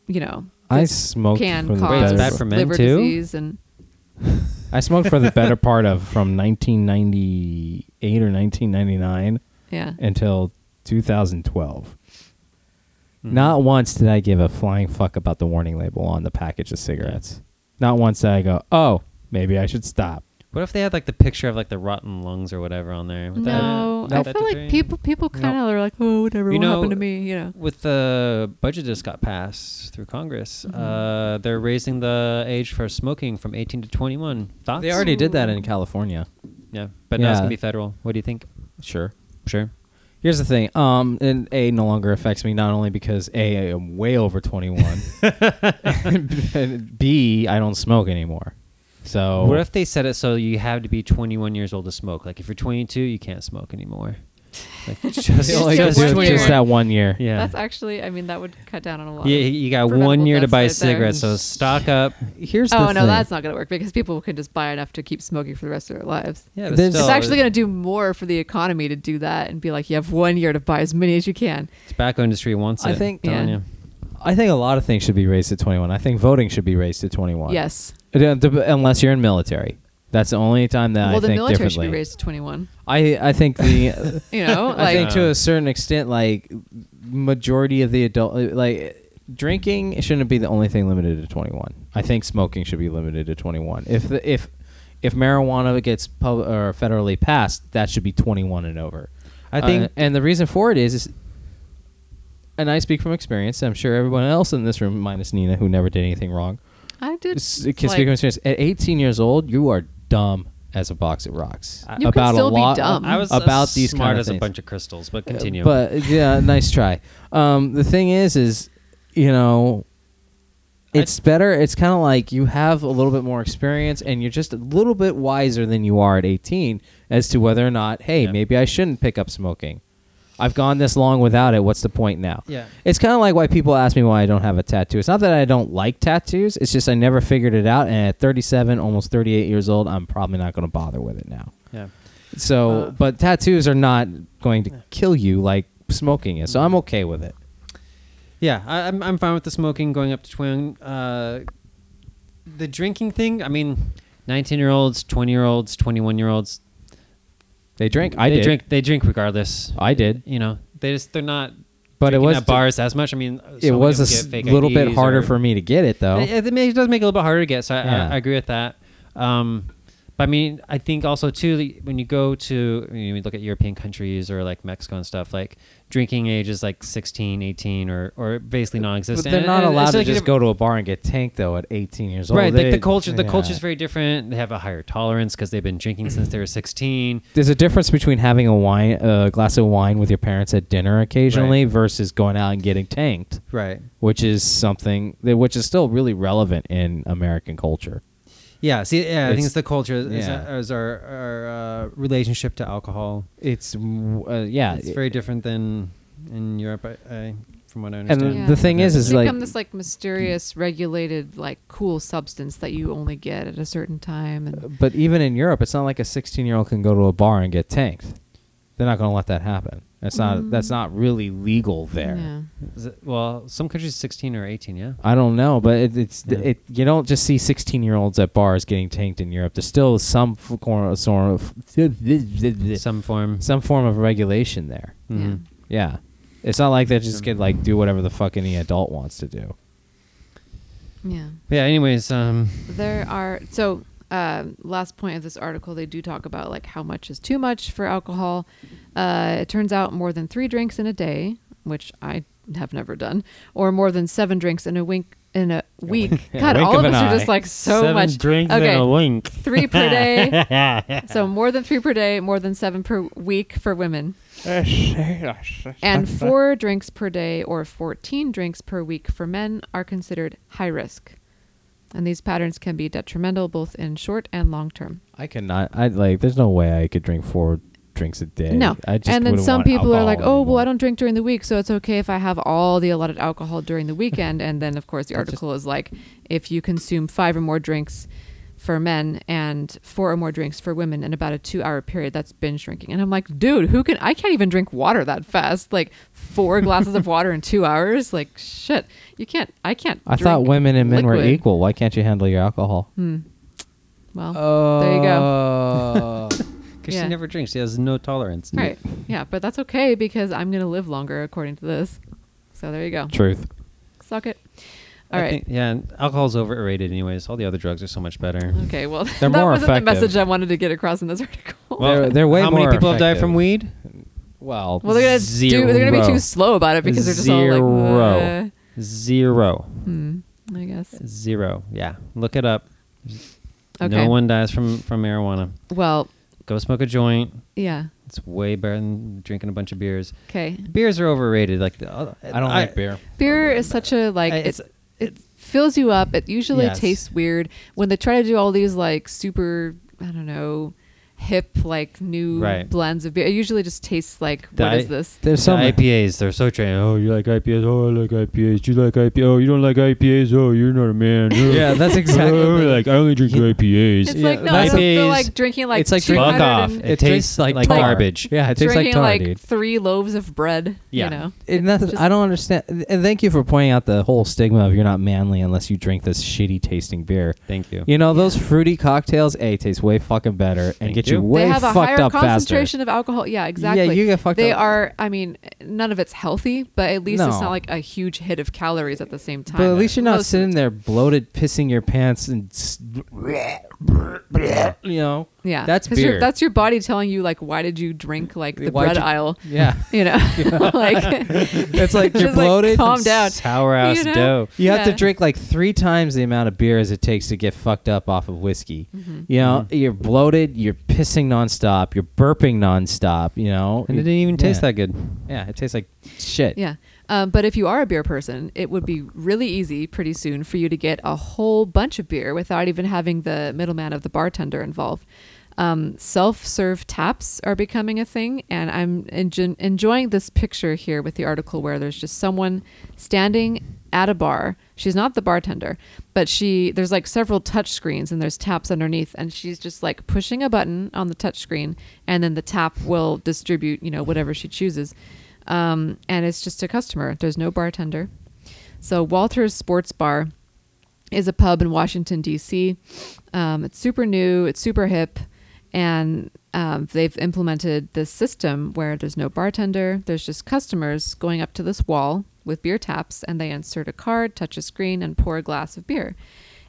you know, I this smoked can for the cause Wait, it's better. bad for men liver too? disease and I smoked for the better part of from 1998 or 1999 yeah. until 2012. Hmm. Mm-hmm. Not once did I give a flying fuck about the warning label on the package of cigarettes. Not once did I go, "Oh, maybe I should stop." What if they had like the picture of like the rotten lungs or whatever on there? Would that- no, would I that feel like deter you? people people kind of are like, oh, whatever, You what know, happened to me? You know, With the budget just got passed through Congress, Mm-hmm. uh, they're raising the age for smoking from 18 to 21. Thoughts? They already did that in California. Yeah, but now it's Yeah. gonna be federal. What do you think? Sure. Sure. Here's the thing. Um, and A no longer affects me not only because A I am way over 21, and B I don't smoke anymore. So What if they said it so you have to be 21 years old to smoke? Like if you're 22, you can't smoke anymore. Like just, They only Just just, one do it year. just that one year? yeah. that's actually, I mean, that would cut down on a lot. yeah, of- you got one preventable year to deaths buy right there. cigarettes, so stock up. Here's oh the no, thing. that's not going to work because people can just buy enough to keep smoking for the rest of their lives. Yeah, There's- It's actually going to do more for the economy to do that and be like, you have one year to buy as many as you can. tobacco industry wants it. I think- telling Yeah. you. I think a lot of things should be raised to 21. I think voting should be raised to 21. Yes. It- uh, dep- Unless you're in military. That's the only time that well, I the think military should differently. be raised to 21. I I think the You know, like I think to Yeah. a certain extent, like majority of the adult, like drinking shouldn't be the only thing limited to 21. I think smoking should be limited to 21. If the, if if marijuana gets pub, or federally passed, that should be 21 and over. I Uh, think- and the reason for it is, is, and I speak from experience. I'm sure everyone else in this room, minus Nina, who never did anything wrong, I did. s- can like, speak from experience. At 18 years old, you are dumb as a box of rocks. You can still be dumb. I was about as these smart kind of as things. a bunch of crystals, but continue. But yeah, nice try. Um, the thing is, is you know, I- it's better. It's kind of like you have a little bit more experience, and you're just a little bit wiser than you are at 18 as to whether or not, hey, Yeah. maybe I shouldn't pick up smoking. I've gone this long without it. What's the point now? Yeah. It's kind of like why people ask me why I don't have a tattoo. It's not that I don't like tattoos. It's just I never figured it out. And at 37, almost 38 years old, I'm probably not going to bother with it now. yeah. So, Uh, but tattoos are not going to kill you like smoking is. So I'm okay with it. Yeah, I, I'm I'm fine with the smoking going up to 20. Uh, the drinking thing, I mean, 19 year olds, 20 year olds, 21 year olds, They drink. I they did. drink. They drink regardless. I did. You know, they just they're not. But it drinking was at bars as much. I mean, uh, It so was a many s- people get fake little bit IDs harder or- for me to get it though. It, it, ma- it does make it a little bit harder to get. So I, Yeah. I, I agree with that. Um, But I mean, I think also too the- when you go to when you look at European countries or like Mexico and stuff, like drinking age is like 16, 18 or or basically But non-existent. they're And- not and it's allowed to like a just diff- go to a bar and get tanked though at 18 years old. Right, like They- the culture, the yeah. culture's very different. They have a higher tolerance because they've been drinking since they were sixteen. There's a difference between having a wine, a glass of wine with your parents at dinner occasionally, versus going out and getting tanked, Right. which is something that, which is still really relevant in American culture. Yeah. See, yeah, I think It's- it's the culture is, is yeah. our- is our our uh, relationship to alcohol. It's uh, yeah, It's very different than in Europe, I, I, from what I the understand. thing Yeah. is- is it's like- become this like mysterious, regulated, like cool substance that you only get at a certain time. And But even in Europe, it's not like a 16 year old can go to a bar and get tanked. They're not going to let that happen. That's not that's not really legal there. Mm. yeah, Is it- well, some countries sixteen or eighteen. Yeah. I don't know, but it, it's Yeah. it. You don't just see 16 year olds at bars getting tanked in Europe. There's still some f- cor- sort of some Some form. some form of regulation there. yeah. Mhm. Yeah, it's not like they just could like do whatever the fuck any adult wants to do. yeah. Yeah. Anyways, um, There are so um, last point of this article, they do talk about like how much is too much for alcohol. Uh, it turns out more than three drinks in a day, which I have never done, or more than seven drinks in a wink in a week. in a God, wink all of of an us eye. are just like so seven much drinks okay, and a wink. three per day. so more than three per day, more than seven per week for women, and four drinks per day or fourteen drinks per week for men are considered high risk. And these patterns can be detrimental both in short and long term. I cannot. I like. There's no way I could drink four drinks a day. No. I just and then wouldn't some want people are alcohol like, oh, well, I anymore." don't drink during the week, so it's okay if I have all the allotted alcohol during the weekend. and then, of course, the article is like, if you consume five or more drinks for men and four or more drinks for women in about a two hour period, that's binge drinking. And I'm like, dude, who can, I can't even drink water that fast. Like, four glasses of water in two hours? Like, shit. You can't, I can't. I thought drink women and men were liquid. Hmm. equal. Why can't you handle your alcohol? Well, Oh. there you go. Because Yeah. she never drinks. She has no tolerance. Right. Yeah, but that's okay because I'm going to live longer according to this. So there you go. Truth. Suck it. All I right. think- yeah, and alcohol's overrated anyways. All the other drugs are so much better. Okay, well, They're that more wasn't effective. the message I wanted to get across in this article. Well, Well, They're- they're way How many more people have died effective. from weed? Well, they're gonna do. They're gonna be zero. too slow about it because they're just all like, Zero. Zero. uh, hmm, I guess. Zero. Yeah. Look it up. Okay. No one dies from, from marijuana. Well, Go smoke a joint. yeah. It's way better than drinking a bunch of beers. Okay. Beers are overrated. Like the, uh, I don't like beer. Beer is such a like I- it, it's- it fills you up. It usually Yes. tastes weird when they try to do all these like super I don't know hip like new Right. blends of beer. It usually just tastes like The what I- is this? The There's some IPAs, they're so trained. Oh, you like IPAs? Oh, I like IPAs. You like IPAs? Oh, you don't like IPAs? Oh, you're not a man. Yeah, that's exactly. Oh, like I only drink IPAs. It's like yeah, no, I don't feel IPAs, like drinking like it's like two drinking- Fuck hundred off. and- It, tastes like, tar. garbage. Yeah, it tastes like drinking tar, like, dude. three loaves of bread. Yeah. You know. And that's, just- I don't understand. And thank you for pointing out the whole stigma of you're not manly unless you drink this shitty tasting beer. Thank you. You know those fruity cocktails, a taste way fucking better and Thank get you. you, They way they have a fucked higher up faster. concentration of alcohol. Yeah, exactly. you get fucked they up. are. I mean, none of it's healthy, but at least No. it's not like a huge hit of calories at the same time. But at least you're not Most of sitting the- there bloated, pissing your pants, and s- you know. Yeah, that's 'cause your- beer. That's your body telling you like, why did you drink like the Why'd bread you- aisle? Yeah, You know, like it's like you're Just, like, bloated. calm down. Sour ass You know? dough. You have to Yeah. drink like three times the amount of beer as it takes to get fucked up off of whiskey. Mm-hmm. You know, you're bloated, you're pissing nonstop, you're burping nonstop. You know, And it didn't even taste Yeah. that good. Yeah, it tastes like shit. Yeah. Um, but if you are a beer person, it would be really easy pretty soon for you to get a whole bunch of beer without even having the middleman of the bartender involved. Um, Self serve taps are becoming a thing, and I'm enjo- enjoying this picture here with the article where there's just someone standing at a bar. She's not the bartender, but she there's like several touch screens and there's taps underneath, and she's just like pushing a button on the touch screen, and then the tap will distribute you know whatever she chooses um, and it's just a customer. There's no bartender. So Walter's Sports Bar is a pub in Washington D.C. Um, it's super new. It's super hip, and um, they've implemented this system where there's no bartender. There's just customers going up to this wall with beer taps, and they insert a card, touch a screen, and pour a glass of beer.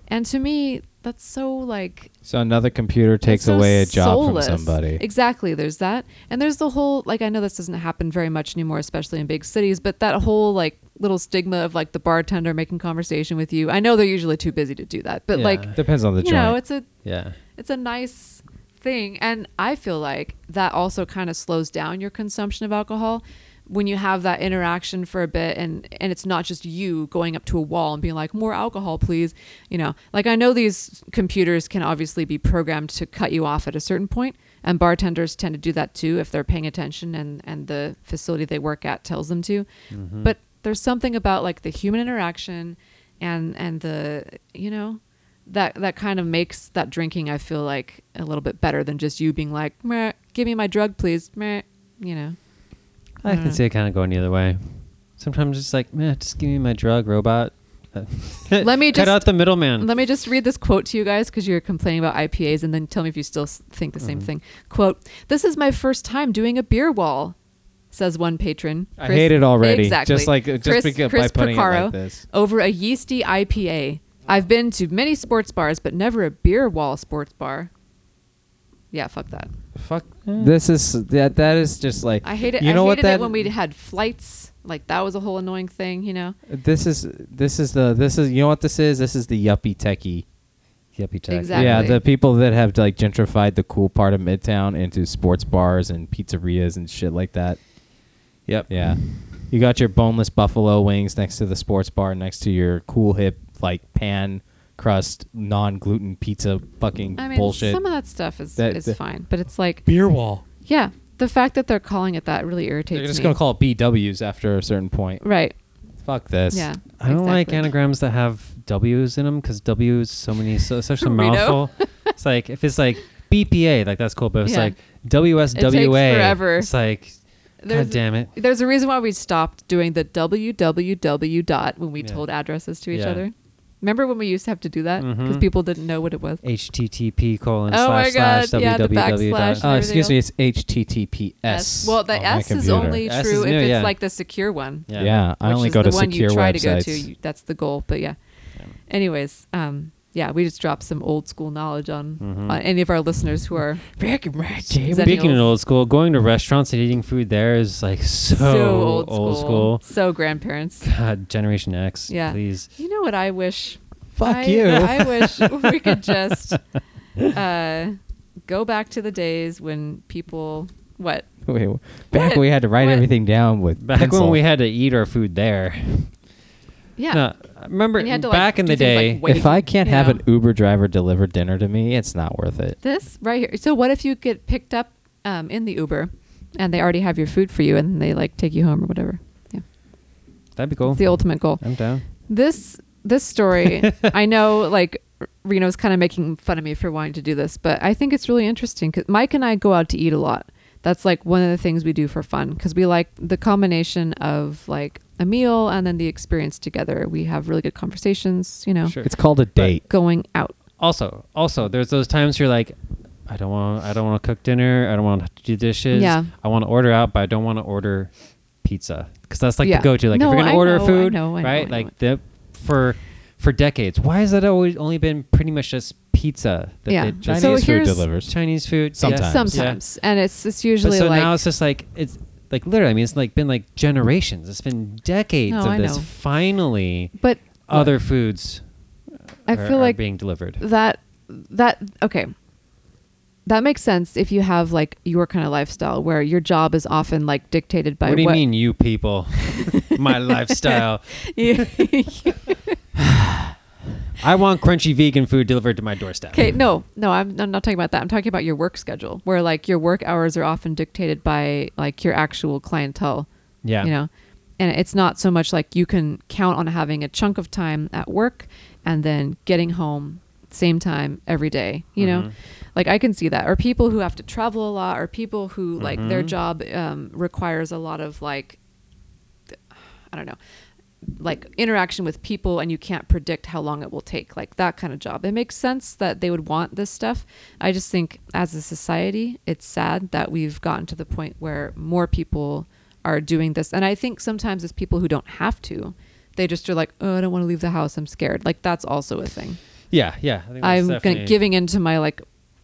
And to me, that's so like So another computer takes it's so away a job soulless. from somebody. Exactly. There's that. And there's the whole like I know this doesn't happen very much anymore, especially in big cities, but that whole like little stigma of like the bartender making conversation with you. I know they're usually too busy to do that, but Yeah. like Depends on the you joint. know, it's a Yeah. it's a nice thing and i feel like that also kind of slows down your consumption of alcohol when you have that interaction for a bit and and it's not just you going up to a wall and being like more alcohol please you know like i know these computers can obviously be programmed to cut you off at a certain point and bartenders tend to do that too if they're paying attention and and the facility they work at tells them to but there's something about like the human interaction and and the you know that that kind of makes that drinking I feel like a little bit better than just you being like, Meh, give me my drug, please. Meh, you know. I Yeah. can see it kind of going the other way. Sometimes it's like, man, just give me my drug, robot. Let me cut just- out the middleman. Let me just read this quote to you guys because you're complaining about IPAs and then tell me if you still s- think the same Mm-hmm. thing. Quote, this is my first time doing a beer wall, says one patron. I hate it already. Exactly. Just like uh, just Chris, because Chris by putting it Picaro, like this. over a yeasty IPA. I've been to many sports bars, but never a beer wall sports bar. Yeah, fuck that. Fuck. This is that. That is just like Mm. I hate it. You I know what hated that it when we had flights. Like that was a whole annoying thing, you know. This is this is the this is you know what this is. This is the yuppie techie. Yuppie tech. Exactly. Yeah, the people that have like gentrified the cool part of Midtown into sports bars and pizzerias and shit like that. Yep. Yeah. You got your boneless buffalo wings next to the sports bar, next to your cool hip like pan crust non gluten pizza fucking I mean, bullshit. some of that stuff is That- is that- fine, but it's like, Beer wall. yeah, the fact that they're calling it that really irritates They're just me. gonna call it BWs after a certain point. right? Fuck this. Uh, Yeah, I don't like exactly. anagrams that have W's in them because W is so many, so, such a Reno. mouthful. it's like if it's like BPA, like that's cool, but if it's Yeah. like WSWA. forever. It's like, There's- god damn it. There's a reason why we stopped doing the www dot when we Yeah. told addresses to each Yeah. other. Remember when we used to have to do that Mm-hmm. because Mhm. people didn't know what it was? HTTP colon Oh my slash slash God, yeah, the www. backslash. dot- Oh, Everything excuse me. else? It's HTTPS. Well, the on my S is computer. only S is true new, if it's yeah. like the secure one. Yeah. Yeah, I which only is go the to one secure you try websites. to go to. You- That's the goal. But yeah. Anyways, um, yeah, we just dropped some old school knowledge on, on any of our listeners who are Speaking Zennials. of old school, going to restaurants and eating food there is like so, old, school. So grandparents. God, Generation X, Yeah. please. You know what I wish? Fuck I, you. I wish we could just uh, go back to the days when people what? Wait, wh- back What? when we had to write What? everything down with Back pencil. when we had to eat our food there. Yeah. No, remember And you had to, like, back in do the things day. like wait, if I can't you have know. an Uber driver deliver dinner to me, it's not worth it. This right here. So what if you get picked up um, in the Uber and they already have your food for you and they like take you home or whatever? Yeah. that'd be cool. It's the ultimate goal. I'm down. This this story, I know like R- Reno's kind of making fun of me for wanting to do this, but I think it's really interesting cuz Mike and I go out to eat a lot. That's like one of the things we do for fun cuz we like the combination of like a meal and then the experience together. We have really good conversations, you know, Sure. It's called a date. going out. Also, also, there's those times you're like, I don't want, I don't want to cook dinner. I don't want to do dishes. Yeah. I want to order out, but I don't want to order pizza because that's like Yeah. the go-to. Like No, if you're I gonna order know, I food, know, I know, I right? know. like the for for decades. Why has that always only been pretty much just pizza? That they Yeah. So just- Chinese food here's- delivers. Chinese food yeah. Sometimes. Sometimes. And it's it's usually but so like now it's just like it's like literally. I mean, it's like been like generations. It's been decades No, of I this. know. Finally, but other foods. I are- feel are like being delivered. that that okay that makes sense if you have like your kind of lifestyle where your job is often like dictated by what what do you mean, you people? My lifestyle. I want crunchy vegan food delivered to my doorstep. okay no no I'm, I'm not talking about that i'm talking about your work schedule where like your work hours are often dictated by like your actual clientele Yeah. you know and it's not so much like you can count on having a chunk of time at work and then getting home same time every day you Mm-hmm. know like i can see that or people who have to travel a lot or people who like their Mm-hmm. job um, requires a lot of like i don't know like interaction with people and you can't predict how long it will take like that kind of job it makes sense that they would want this stuff i just think as a society it's sad that we've gotten to the point where more people are doing this and i think sometimes it's people who don't have to they just are like oh i don't want to leave the house i'm scared like that's also a thing Yeah, yeah. I think that's I'm gonna, definitely- giving into my like,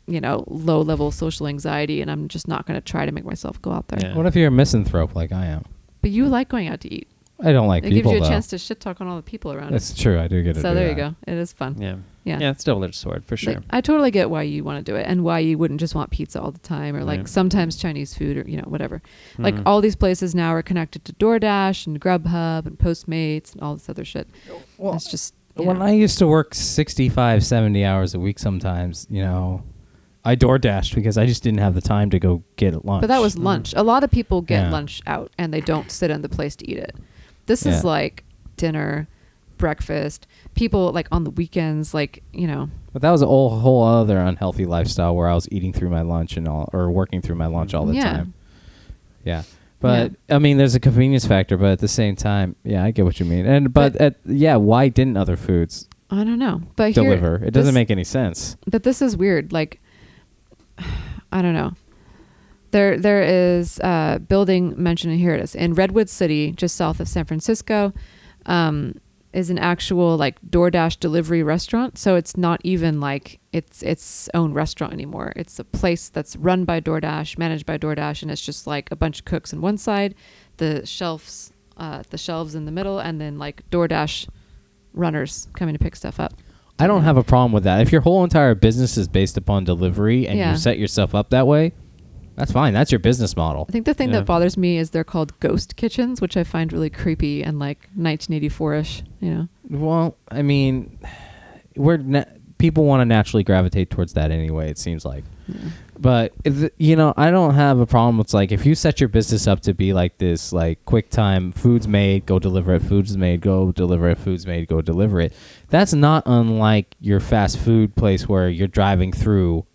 you know, low level social anxiety, and I'm just not going to try to make myself go out there. Yeah. What if you're a misanthrope like I am? But you like going out to eat. I don't like it gives people. you a though. chance to shit talk on all the people around. That's true. I do get it. it. So there you go. It is fun. Yeah. Yeah. Yeah, it's double edged sword for sure. Like, I totally get why you want to do it and why you wouldn't just want pizza all the time or like Right. sometimes Chinese food or you know whatever. Like Mm-hmm. Mhm. all these places now are connected to DoorDash and Grubhub and Postmates and all this other shit. Well, it's just When I used to work 65, 70 hours a week sometimes, you know, I door dashed because I just didn't have the time to go get lunch. But that was lunch. A lot of people get Yeah. lunch out and they don't sit in the place to eat it. This Yeah. is like dinner, breakfast. People like on the weekends, like you know, But that was a whole, whole other unhealthy lifestyle where I was eating through my lunch and all, or working through my lunch all the Yeah. time. Yeah. But I mean, there's a convenience factor, but at the same time, yeah, I get what you mean. And but, But- at, yeah, why didn't other foods I don't know. But here- deliver? It doesn't this- make any sense. But this is weird. Like, I don't know. There, there is uh, building mentioned and here it is in Redwood City, just south of San Francisco, um, is an actual like DoorDash delivery restaurant. So it's not even like it's its own restaurant anymore. It's a place that's run by DoorDash, managed by DoorDash, and it's just like a bunch of cooks on one side, the shelves, uh, the shelves in the middle, and then like DoorDash runners coming to pick stuff up. I don't have a problem with that. If your whole entire business is based upon delivery and Yeah. you set yourself up that way, that's fine. That's your business model. I think the thing Yeah. that bothers me is they're called ghost kitchens, which I find really creepy and like 1984-ish. You know, Well, I mean, we're na- people want to naturally gravitate towards that anyway. It seems like, but if, you know, I don't have a problem with like if you set your business up to be like this, like quick time, food's made, go deliver it, food's made, go deliver it, food's made, go deliver it. That's not unlike your fast food place where you're driving through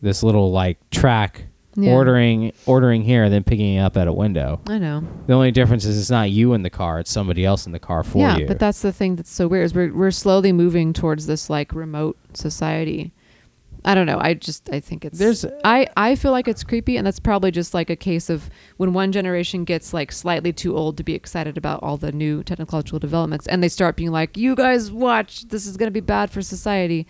this little like track. Yeah. Ordering, ordering here, and then picking it up at a window. I know. The only difference is it's not you in the car; it's somebody else in the car for yeah, you. but that's the thing that's so weird is we're we're slowly moving towards this like remote society. I don't know. I just I think it's There's- I I feel like it's creepy, and that's probably just like a case of when one generation gets like slightly too old to be excited about all the new technological developments, and they start being like, "You guys watch, this is gonna be bad for society."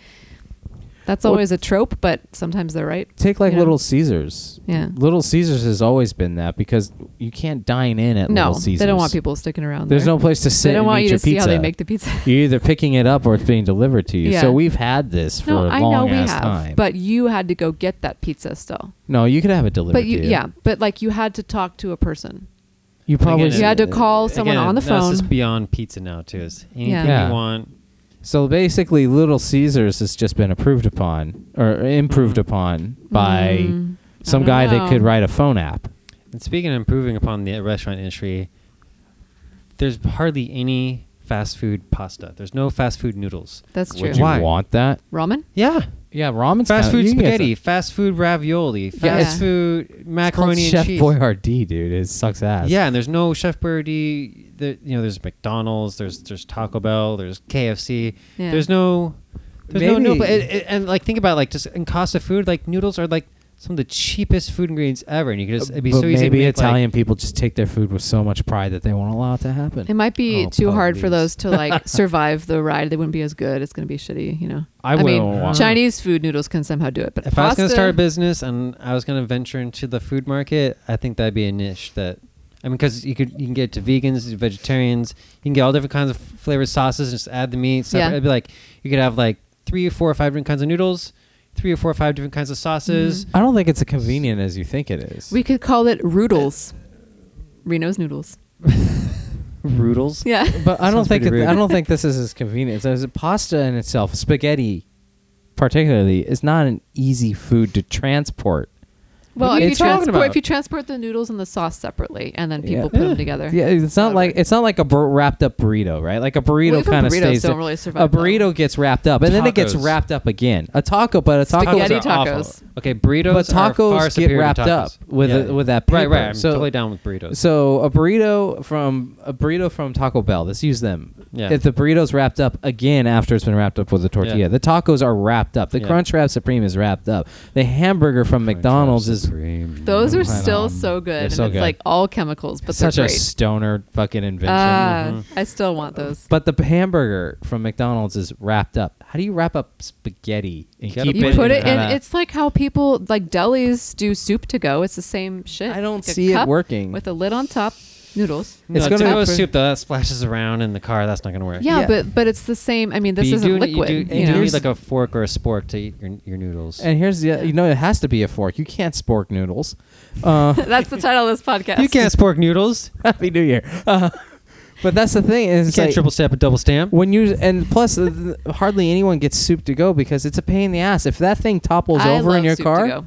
That's Well- always a trope, but sometimes they're right. Take like you know? Little Caesars. Yeah. Little Caesars has always been that because you can't dine in at No, Little Caesars. they don't want people sticking around. There's there. no place to sit. They don't and want eat you your to see how they pizza. make the pizza. You're either picking it up or it's being delivered to you. Yeah. So we've had this for no, a I long know we ass have, time. but you had to go get that pizza still. no, you could have it delivered. But you, to you, yeah, but like you had to talk to a person. You probably Again, You had to uh, call someone again, on the That's phone. just beyond pizza now too. Is anything Yeah. Yeah. you want? So basically, Little Caesars has just been approved upon or improved upon by Mm, I some don't guy that know. could write a phone app. And speaking of improving upon the restaurant industry, there's hardly any fast food pasta. There's no fast food noodles. That's true. Would you Why? want that? Ramen? Yeah. Yeah, ramen's Fast kinda- food you can get spaghetti, some- fast food ravioli, fast it's- food It's called macaroni and Chef cheese. Boyardee, dude. It sucks ass. Yeah, and there's no Chef Boyardee. There, you know, there's McDonald's. There's there's Taco Bell. There's KFC. Yeah. There's no. There's no Maybe- noodle. But it, it- and like think about like just in cost of food, like noodles are like some of the cheapest food ingredients ever, and you could just it'd be Uh, but so easy. maybe to make, Italian Like, people just take their food with so much pride that they won't allow it to happen. It might be Oh, too hard for please. those to like survive the ride. They wouldn't be as good. It's going to be shitty, you know. I wouldn't mean, want- Chinese food noodles can somehow do it, but if I was gonna pasta- start a business and I was gonna venture into the food market, I think that'd be a niche that. I mean, because you could you can get it to vegans, vegetarians, you can get all different kinds of f- flavored sauces, and just add the meat. Separate. Yeah. It'd be like you could have like three or four or five different kinds of noodles, three or four or five different kinds of sauces. Mm-hmm. I don't think it's as convenient as you think it is. we could call it Roodles. Reno's noodles. Roodles. Yeah. but I don't Sounds think pretty it, I rude. don't think this is as convenient. There's a pasta in itself, spaghetti, particularly, is not an easy food to transport. Well, What are if you you talking transport if about? you transport the noodles and the sauce separately, and then people Yeah. put them together. Yeah, it's not like Whatever. it's not like a bur- wrapped up burrito, right? Like a burrito Well, even kind of burritos stays. don't there. really survive a that burrito long. gets wrapped up, and then it gets Tacos. wrapped up again. A taco, but a taco Spaghetti Tacos are awful. tacos. Okay, burritos. But are far tacos get superior to wrapped tacos. up with Yeah. a- with that Right, right. paper. I'm So- totally down with burritos. So a burrito from a burrito from Taco Bell. Let's use them. Yeah. If the burrito's wrapped up again after it's been wrapped up with a tortilla, Yeah. the tacos are wrapped up. The Yeah. Crunchwrap Supreme is wrapped up. The hamburger from McDonald's is those. Those are Right still on. so good. They're and so it's good. like all chemicals, but Such they're a great. stoner fucking invention. Ah, Mm-hmm. I still want those. But the hamburger from McDonald's is wrapped up. How do you wrap up spaghetti and You keep you it? put in it in. kinda- It's like how people like delis do soup to go. It's the same shit. I don't Like a see it cup working. with a lid on top, noodles. No, It's it's gonna gonna be- soup though, that splashes around in the car. That's not gonna work. Yeah, Yeah. but but it's the same. I mean, But this you isn't do- liquid. You, You, do, and know? you need like a fork or a spork to eat your, your noodles. And here's the you know it has to be a fork. You can't spork noodles. Uh, That's the title of this podcast. you can't spork noodles. Happy New Year. Uh, but that's the thing is You it's can't like, triple step and double stamp. when you and plus uh, th- hardly anyone gets soup to go because it's a pain in the ass. If that thing topples I over in love your soup to car, go.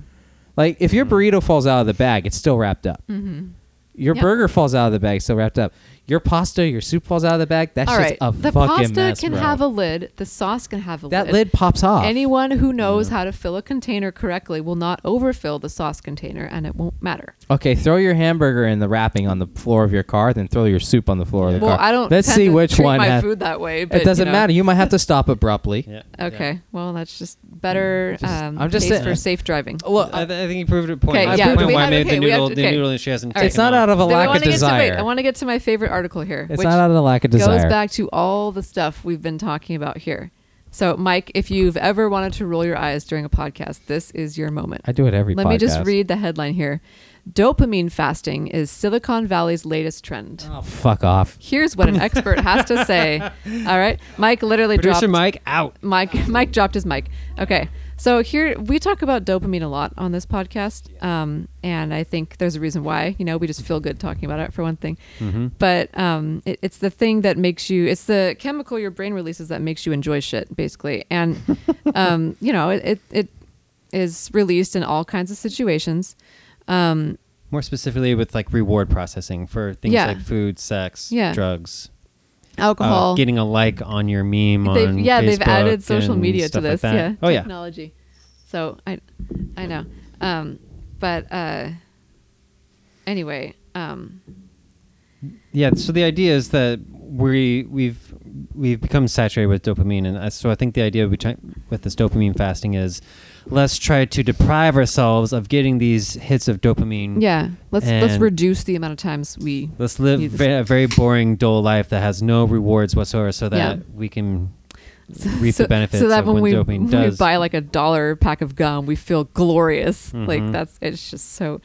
like if your burrito falls out of the bag, it's still wrapped up. Mm-hmm. Your Mm. Yeah. burger falls out of the bag, it's still wrapped up. Your pasta, your soup falls out of the bag. That's All just right. a The fucking pasta mess, can bro. have a lid. The sauce can have a that lid. lid pops off. Anyone who knows how to fill a container correctly will not overfill the sauce container, and it won't matter. Okay, throw your hamburger in the wrapping on the floor of your car, then throw your soup on the floor of the Well, car. I don't. Let's tend see to which treat one. my has- food that way. But, it doesn't you know. matter. You might have to stop abruptly. Yeah. Okay. Well, that's just better. um, I'm Mm. just case saying- for safe driving. Well, I, th- I think you proved a point. Okay, I yeah, proved we why have- maybe okay, the we have noodle, to- the okay. noodle, and she hasn't. All right. It's not out of a Then I lack wanna of get to- wait, desire. I want to get to my favorite article here. It's which not out of lack of desire. Goes back to all the stuff we've been talking about here. So, Mike, if you've ever wanted to roll your eyes during a podcast, this is your moment. I do it every Let me just podcast. read the headline here. Dopamine fasting is Silicon Valley's latest trend. Oh, fuck off. Here's what an expert has to say. All right. Mike literally Producer dropped Mike out. Mike Mike dropped his mic. Okay. So here we talk about dopamine a lot on this podcast. Um, and I think there's a reason why, you know, we just feel good talking about it for one thing. But um, it, it's the thing that makes you it's the chemical your brain releases that makes you enjoy shit basically. And um, you know, it, it it is released in all kinds of situations. Um, More specifically, with like reward processing for things Yeah. like food, sex, Yeah. drugs, uh, alcohol getting a like on your meme They've- on yeah they've Facebook added social and media to stuff this Like yeah that. Oh yeah. technology so i i know um but uh anyway um Yeah, so the idea is that we we've we've become saturated with dopamine, and I- so I think the idea betwi- with this dopamine fasting is let's try to deprive ourselves of getting these hits of dopamine. yeah let's let's And- reduce the amount of times we Let's live Use this- ve- a very boring, dull life that has no rewards whatsoever, so that Yeah. we can reap the benefits so that of when when, we, dopamine when we does. buy like a dollar pack of gum we feel glorious like Mhm. that's it's just so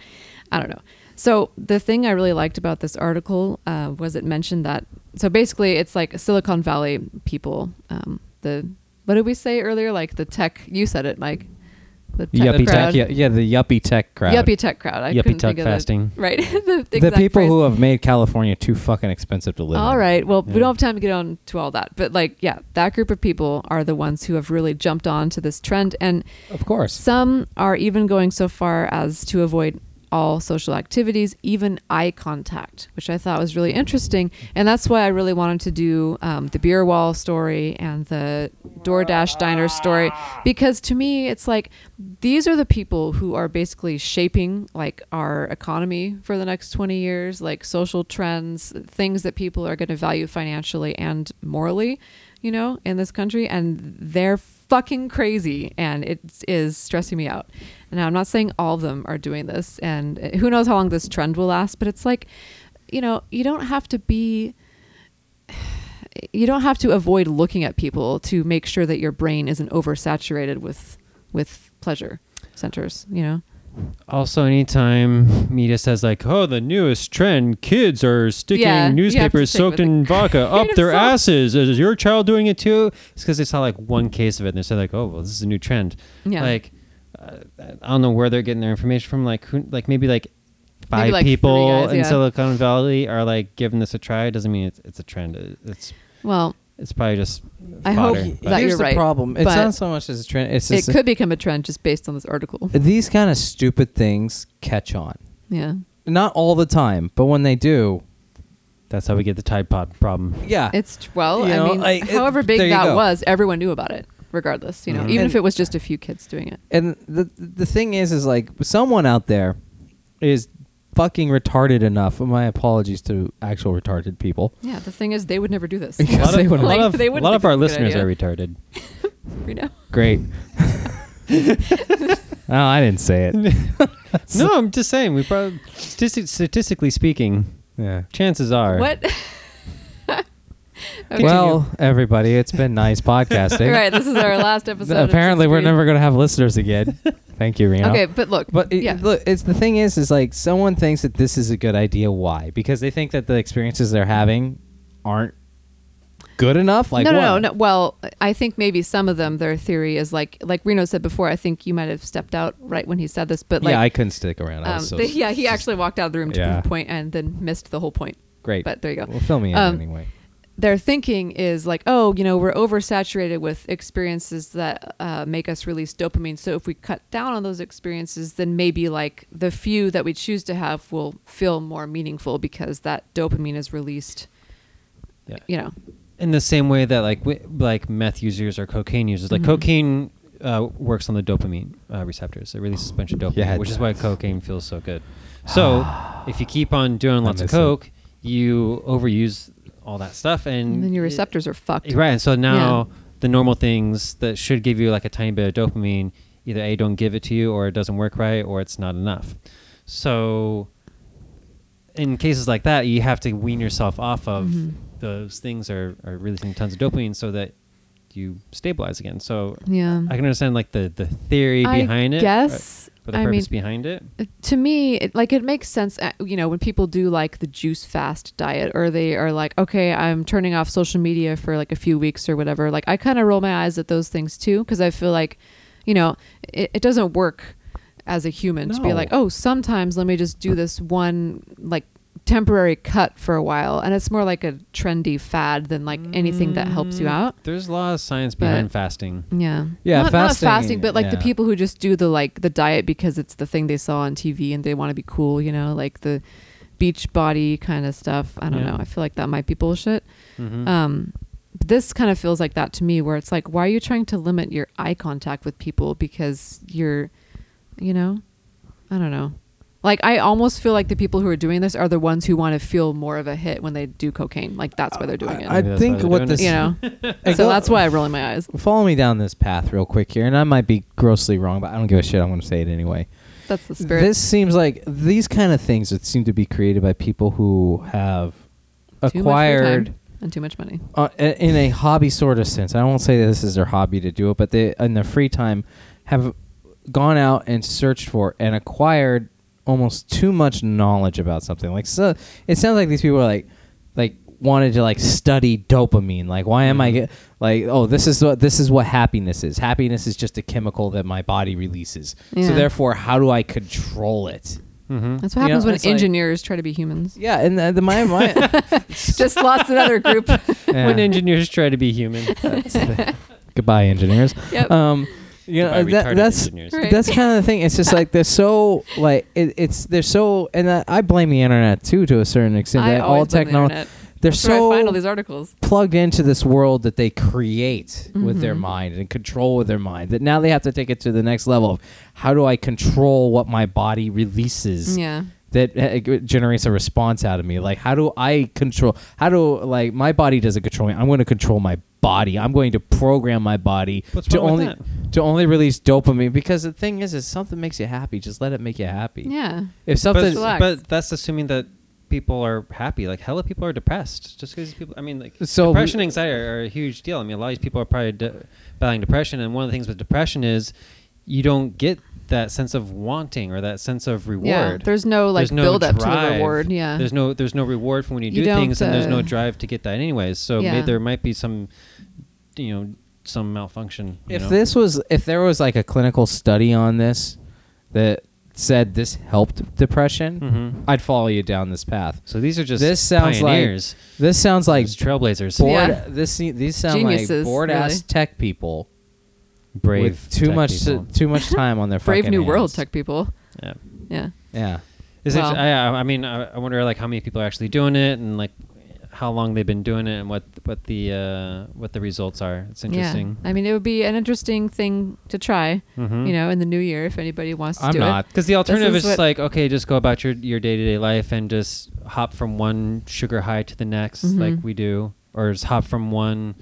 i don't know so the thing i really liked about this article uh, was it mentioned that so basically it's like silicon valley people um, the what did we say earlier like the tech you said it mike the Yuppie crowd. tech. Yeah, yeah, the yuppie tech crowd. yuppie tech crowd i Yuppie couldn't tech think of fasting. the, right the, The exact people phrase. who have made California too fucking expensive to live All in. right. Well, we Yeah. don't have time to get on to all that, but like, yeah, that group of people are the ones who have really jumped on to this trend, and Of course. some are even going so far as to avoid all social activities, even eye contact, which I thought was really interesting, and that's why I really wanted to do um, the beer wall story and the DoorDash diner story because to me, it's like these are the people who are basically shaping like our economy for the next 20 years, like social trends, things that people are going to value financially and morally, you know, in this country. And they're fucking crazy. And it is stressing me out. And I'm not saying all of them are doing this. And who knows how long this trend will last, but it's like, you know, you don't have to be you don't have to avoid looking at people to make sure that your brain isn't oversaturated with with pleasure centers you know Also, anytime media says like, "Oh, the newest trend: kids are sticking Yeah, you have to newspapers stick with soaked in vodka up creative their salt. asses," is your child doing it too? It's because they saw like one case of it, and they said like, "Oh, well, this is a new trend." Yeah. Like, uh, I don't know where they're getting their information from. Like, who? Like maybe like five like, three people guys, in yeah. Silicon Valley are like giving this a try. It doesn't mean it's, it's a trend. It- It's well it's probably just. I hope fodder, that but- you're Here's the right, problem. It's but not so much as a trend. It's it just could become a trend just based on this article these kind of stupid things catch on. yeah Not all the time, but when they do, that's how we get the Tide Pod problem. yeah. it's well Ah. You know, i mean like, it- however big there you that go. Mm-hmm. was everyone knew about it regardless you know Mhm. even And- if it was just a few kids doing it and the the thing is is like someone out there is fucking retarded enough. My apologies to actual retarded people. yeah the thing is they would never do this A lot Yes, they of, a would. lot Like, of, they a wouldn't lot think of our it's a good listeners idea. are retarded. you know Great. oh, I didn't say it. no, I'm just saying. We probably stati- statistically speaking, Yeah. chances are What? Okay. Well, everybody, it's been nice all podcasting. right. This is our last episode. of Apparently, Sixth we're Grade. never going to have listeners again. Thank you, Reno. Okay, but look, But it, yeah, look, it's the thing is, is like someone thinks that this is a good idea. Why? Because they think that the experiences they're having aren't good enough. Like no, no, what? no, no. Well, I think maybe some of them, their theory is like, like Reno said before. I think you might have stepped out right when he said this, but like, yeah, I couldn't stick around. I um, was so they- yeah, he actually walked out of the room to Yeah. prove a point and then missed the whole point. great. But there you go. Well, fill me in Um, anyway. their thinking is like, oh, you know, we're oversaturated with experiences that uh, make us release dopamine. So if we cut down on those experiences, then maybe like the few that we choose to have will feel more meaningful because that dopamine is released. Yeah. You know, in the same way that like wi- like meth users or cocaine users, like Mhm. cocaine uh, works on the dopamine uh, receptors. It releases a bunch of dopamine, Yeah, it which is why does. cocaine feels so good. So if you keep on doing lots of miss it. coke, you overuse all that stuff, and, and then your it- receptors are fucked. right. And so now the normal things that should give you like a tiny bit of dopamine, either a don't give it to you, or it doesn't work right, or it's not enough. So in cases like that, you have to wean yourself off of Mhm. those things are, are releasing tons of dopamine so that you stabilize again. So Yeah. I can understand like the, the theory I behind it. guess. But the I purpose mean- behind it. to me it, like it makes sense uh, you know when people do like the juice fast diet or they are like okay i'm turning off social media for like a few weeks or whatever like i kind of roll my eyes at those things too because i feel like you know it, it doesn't work as a human to be No. like oh sometimes let me just do this one like temporary cut for a while and it's more like a trendy fad than like anything that helps you out There's a lot of science But- behind fasting. yeah. Yeah, Not fasting, Not fasting, but like the yeah. people who just do the like the diet because it's the thing they saw on TV and they want to be cool, you know, like the beach body kind of stuff. I don't Yeah. know. I feel like that might be bullshit. Mm. Mhm. Um, but this kind of feels like that to me, where it's like, why are you trying to limit your eye contact with people because you're, you know, I don't know. Like I almost feel like the people who are doing this are the ones who want to feel more of a hit when they do cocaine. Like that's why they're doing it. I Maybe that's why think they're what doing this, it. you know, so that's why I'm rolling my eyes. Follow me down this path real quick here, and I might be grossly wrong, but I don't give a shit. I'm going to say it anyway. That's the spirit. This seems like these kind of things that seem to be created by people who have Too much free time acquired and too much money. uh, i- in a hobby sort of sense. I won't say that this is their hobby to do it, but they in their free time have gone out and searched for and acquired almost too much knowledge about something. Like so, it sounds like these people are like like wanted to like study dopamine. Like why am I get like oh this is what this is what happiness is. Happiness is just a chemical that my body releases. Yeah. So therefore, how do I control it? Mm-hmm. That's what You know, happens when it's like- engineers try to be humans. Yeah, and the, the my my Just lost another group. When engineers try to be human. goodbye engineers. Yep. Um, you know, Goodbye, that, retarded that's engineers. Right. that's kind of the thing. It's just like they're so like it, it's they're so, and I, I blame the internet too to a certain extent. I that all always blame the technology, internet. they're That's where I find all so these articles. plugged into this world that they create with Mm-hmm. their mind and control with their mind. That now they have to take it to the next level of how do I control what my body releases? Yeah. that uh, generates a response out of me. Like, how do I control? How do like my body doesn't control me? I'm going to control my body. I'm going to program my body What's to wrong with only that? to only release dopamine. Because the thing is, is something makes you happy. Just let it make you happy. Yeah. If something, But, Relax. but that's assuming that people are happy. Like, hella people are depressed. Just because people, I mean, like, So depression we- and anxiety are, are a huge deal. I mean, a lot of these people are probably de- battling depression. And one of the things with depression is you don't get that sense of wanting or that sense of reward. Yeah. There's no like There's no build up to the drive. reward. Yeah. There's no there's no reward from when you, You do don't, things, and there's uh, no drive to get that anyways. So may- Yeah. there might be some, you know, some malfunction. you if know? this was if there was like a clinical study on this that said this helped depression, Mhm. I'd follow you down this path. so these are just this sounds pioneers, like this sounds like just trailblazers, Boy- bored. Yeah. This se- these sound like Geniuses, bored ass really. tech people. brave, with too tech much people. too much time on their Brave fucking New World hands. tech people. yeah. Yeah. Yeah, Is Well- it? I, I- I mean, uh, I, I wonder like how many people are actually doing it, and like how long they've been doing it, and what what the uh, what the results are. It's interesting. Yeah. I mean, it would be an interesting thing to try, Mhm. you know, in the new year if anybody wants to Mm-hmm. I'm do not. it. Because the alternative is, is just what- like okay, just go about your your day to day life and just hop from one sugar high to the next, Mhm. like we do, or just hop from one,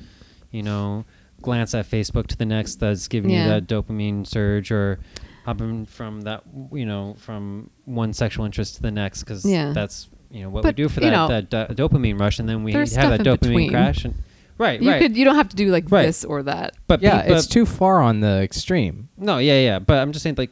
you know, glance at Facebook to the next that's giving Yeah. you that dopamine surge, or hopping from that you know from one sexual interest to the next because Yeah. that's you know what But, we do for you that, know, that do- dopamine rush, and then we have there's stuff that in dopamine between. crash. And, right, You right. could you don't have to do like Right. this or that. but yeah, pe- but- it's too far on the extreme. No, yeah, yeah. But I'm just saying, like,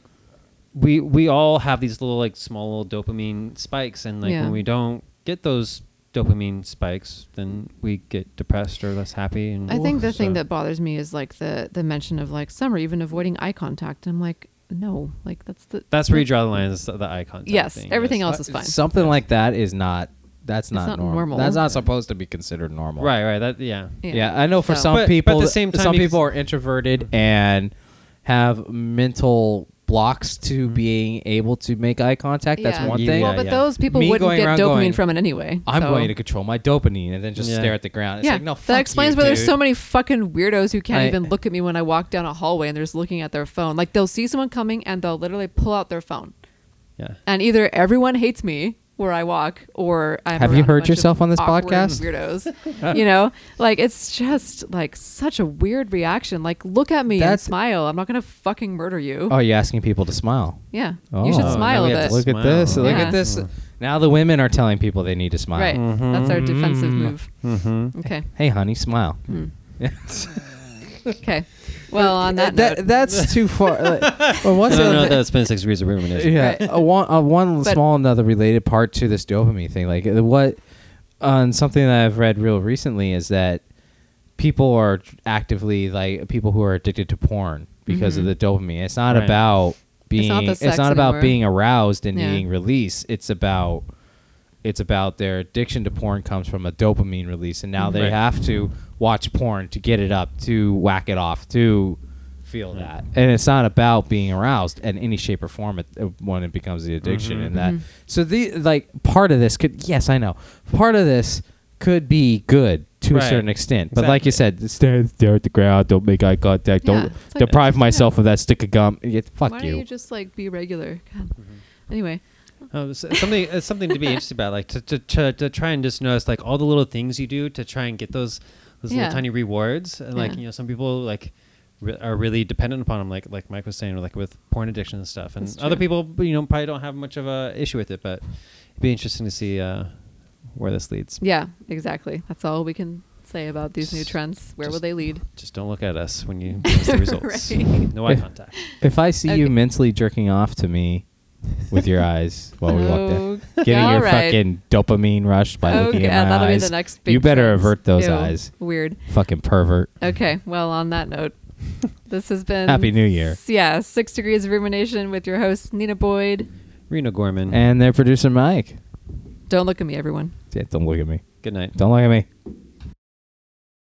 we we all have these little like small little dopamine spikes, and like Yeah. when we don't get those dopamine spikes, then we get depressed or less happy. And I think the so- thing that bothers me is like the the mention of like some are even avoiding eye contact. I'm like, no, like that's the that's where you draw the line is the, the eye contact. Mm-hmm. Yes, thing, everything yes. else is fine. Something like that is not. That's It's not, not normal. normal. That's not supposed to be considered normal. Right, right. That yeah. Yeah, I know for So- some But- but at people, the same time, some you can people s- are introverted and have mental blocks to being able to make eye contact. That's Yeah. one thing. Well, Yeah, but yeah. those people Me wouldn't going get around dopamine going, from it anyway. I'm so- going to control my dopamine and then just Yeah. stare at the ground. It's yeah, like, no, fuck that explains you, why there's dude. so many fucking weirdos who can't I- even look at me when I walk down a hallway and they're just looking at their phone. Like they'll see someone coming and they'll literally pull out their phone. Yeah. And either everyone hates me where I walk, or I'm Have you around a heard bunch of yourself on this awkward podcast? Weirdos, you know, like it's just like such a weird reaction. Like, look at me and That's- smile. I'm not gonna fucking murder you. Oh, you're asking people to smile. yeah, Oh. you should Oh, now smile we a have bit. to Look at Smile. this. Look Look Yeah. at this. Now the women are telling people they need to smile. Mm. Right, that's our defensive Mhm. move. Mm-hmm. Okay, Hmm. Hey, honey, smile. okay. Well, on Mm. that, note, that's too far. like, well, what's No, no, the other no, thing- that's been six degrees of rumination. Yeah, Right. uh, one uh, one But- small another related part to this dopamine thing. Like uh, what on something that I've read real recently is that people are actively like people who are addicted to porn because Mhm. of the dopamine. It's not Right. about being. It's not not, the sex anymore. about being aroused and Yeah. needing release. It's about it's about their addiction to porn comes from a dopamine release, and now they Right. have to watch porn to get it up, to whack it off, to feel Mm-hmm. that. And it's not about being aroused in any shape or form it, uh, when it becomes the addiction Mm-hmm. and that. Mm-hmm. So the like part of this could yes, I know. Part of this could be good to Right. a certain extent. But like you Exactly. said, stare, stare at the ground, don't make eye contact, Yeah, don't it's like- deprive yeah. myself of that stick of gum. Yeah, fuck why you. don't you just like be regular? God. Anyway, Um, s- something it's something to be interested about, like to, to, to, to try and just notice like all the little things you do to try and get those those Yeah. little tiny rewards. And like Yeah. you know, some people like re- are really dependent upon them, like like Mike was saying, like with porn addiction and stuff. And That's other true. people, you know, probably don't have much of a issue with it, but it'd be interesting to see uh, where this leads. yeah, exactly. That's all we can say about these new Just- trends. Where will just- they lead? Just don't look at us when you notice the results. Right. No eye Yeah. contact. If I see you Okay. mentally jerking off to me with your eyes while we walk down, Okay. getting All your right. fucking dopamine rush by looking Oh, yeah, at my that'll eyes, be the next big you better trend. avert those Ew, eyes. Weird. Fucking pervert. Okay, well, on that note, this has been Happy New Year. s- Yeah, Six Degrees of Rumination with your host, Nina Boyd. Reno Gorman. And their producer Mike. Don't look at me, everyone. Yeah, don't look at me. Good night. Don't look at me.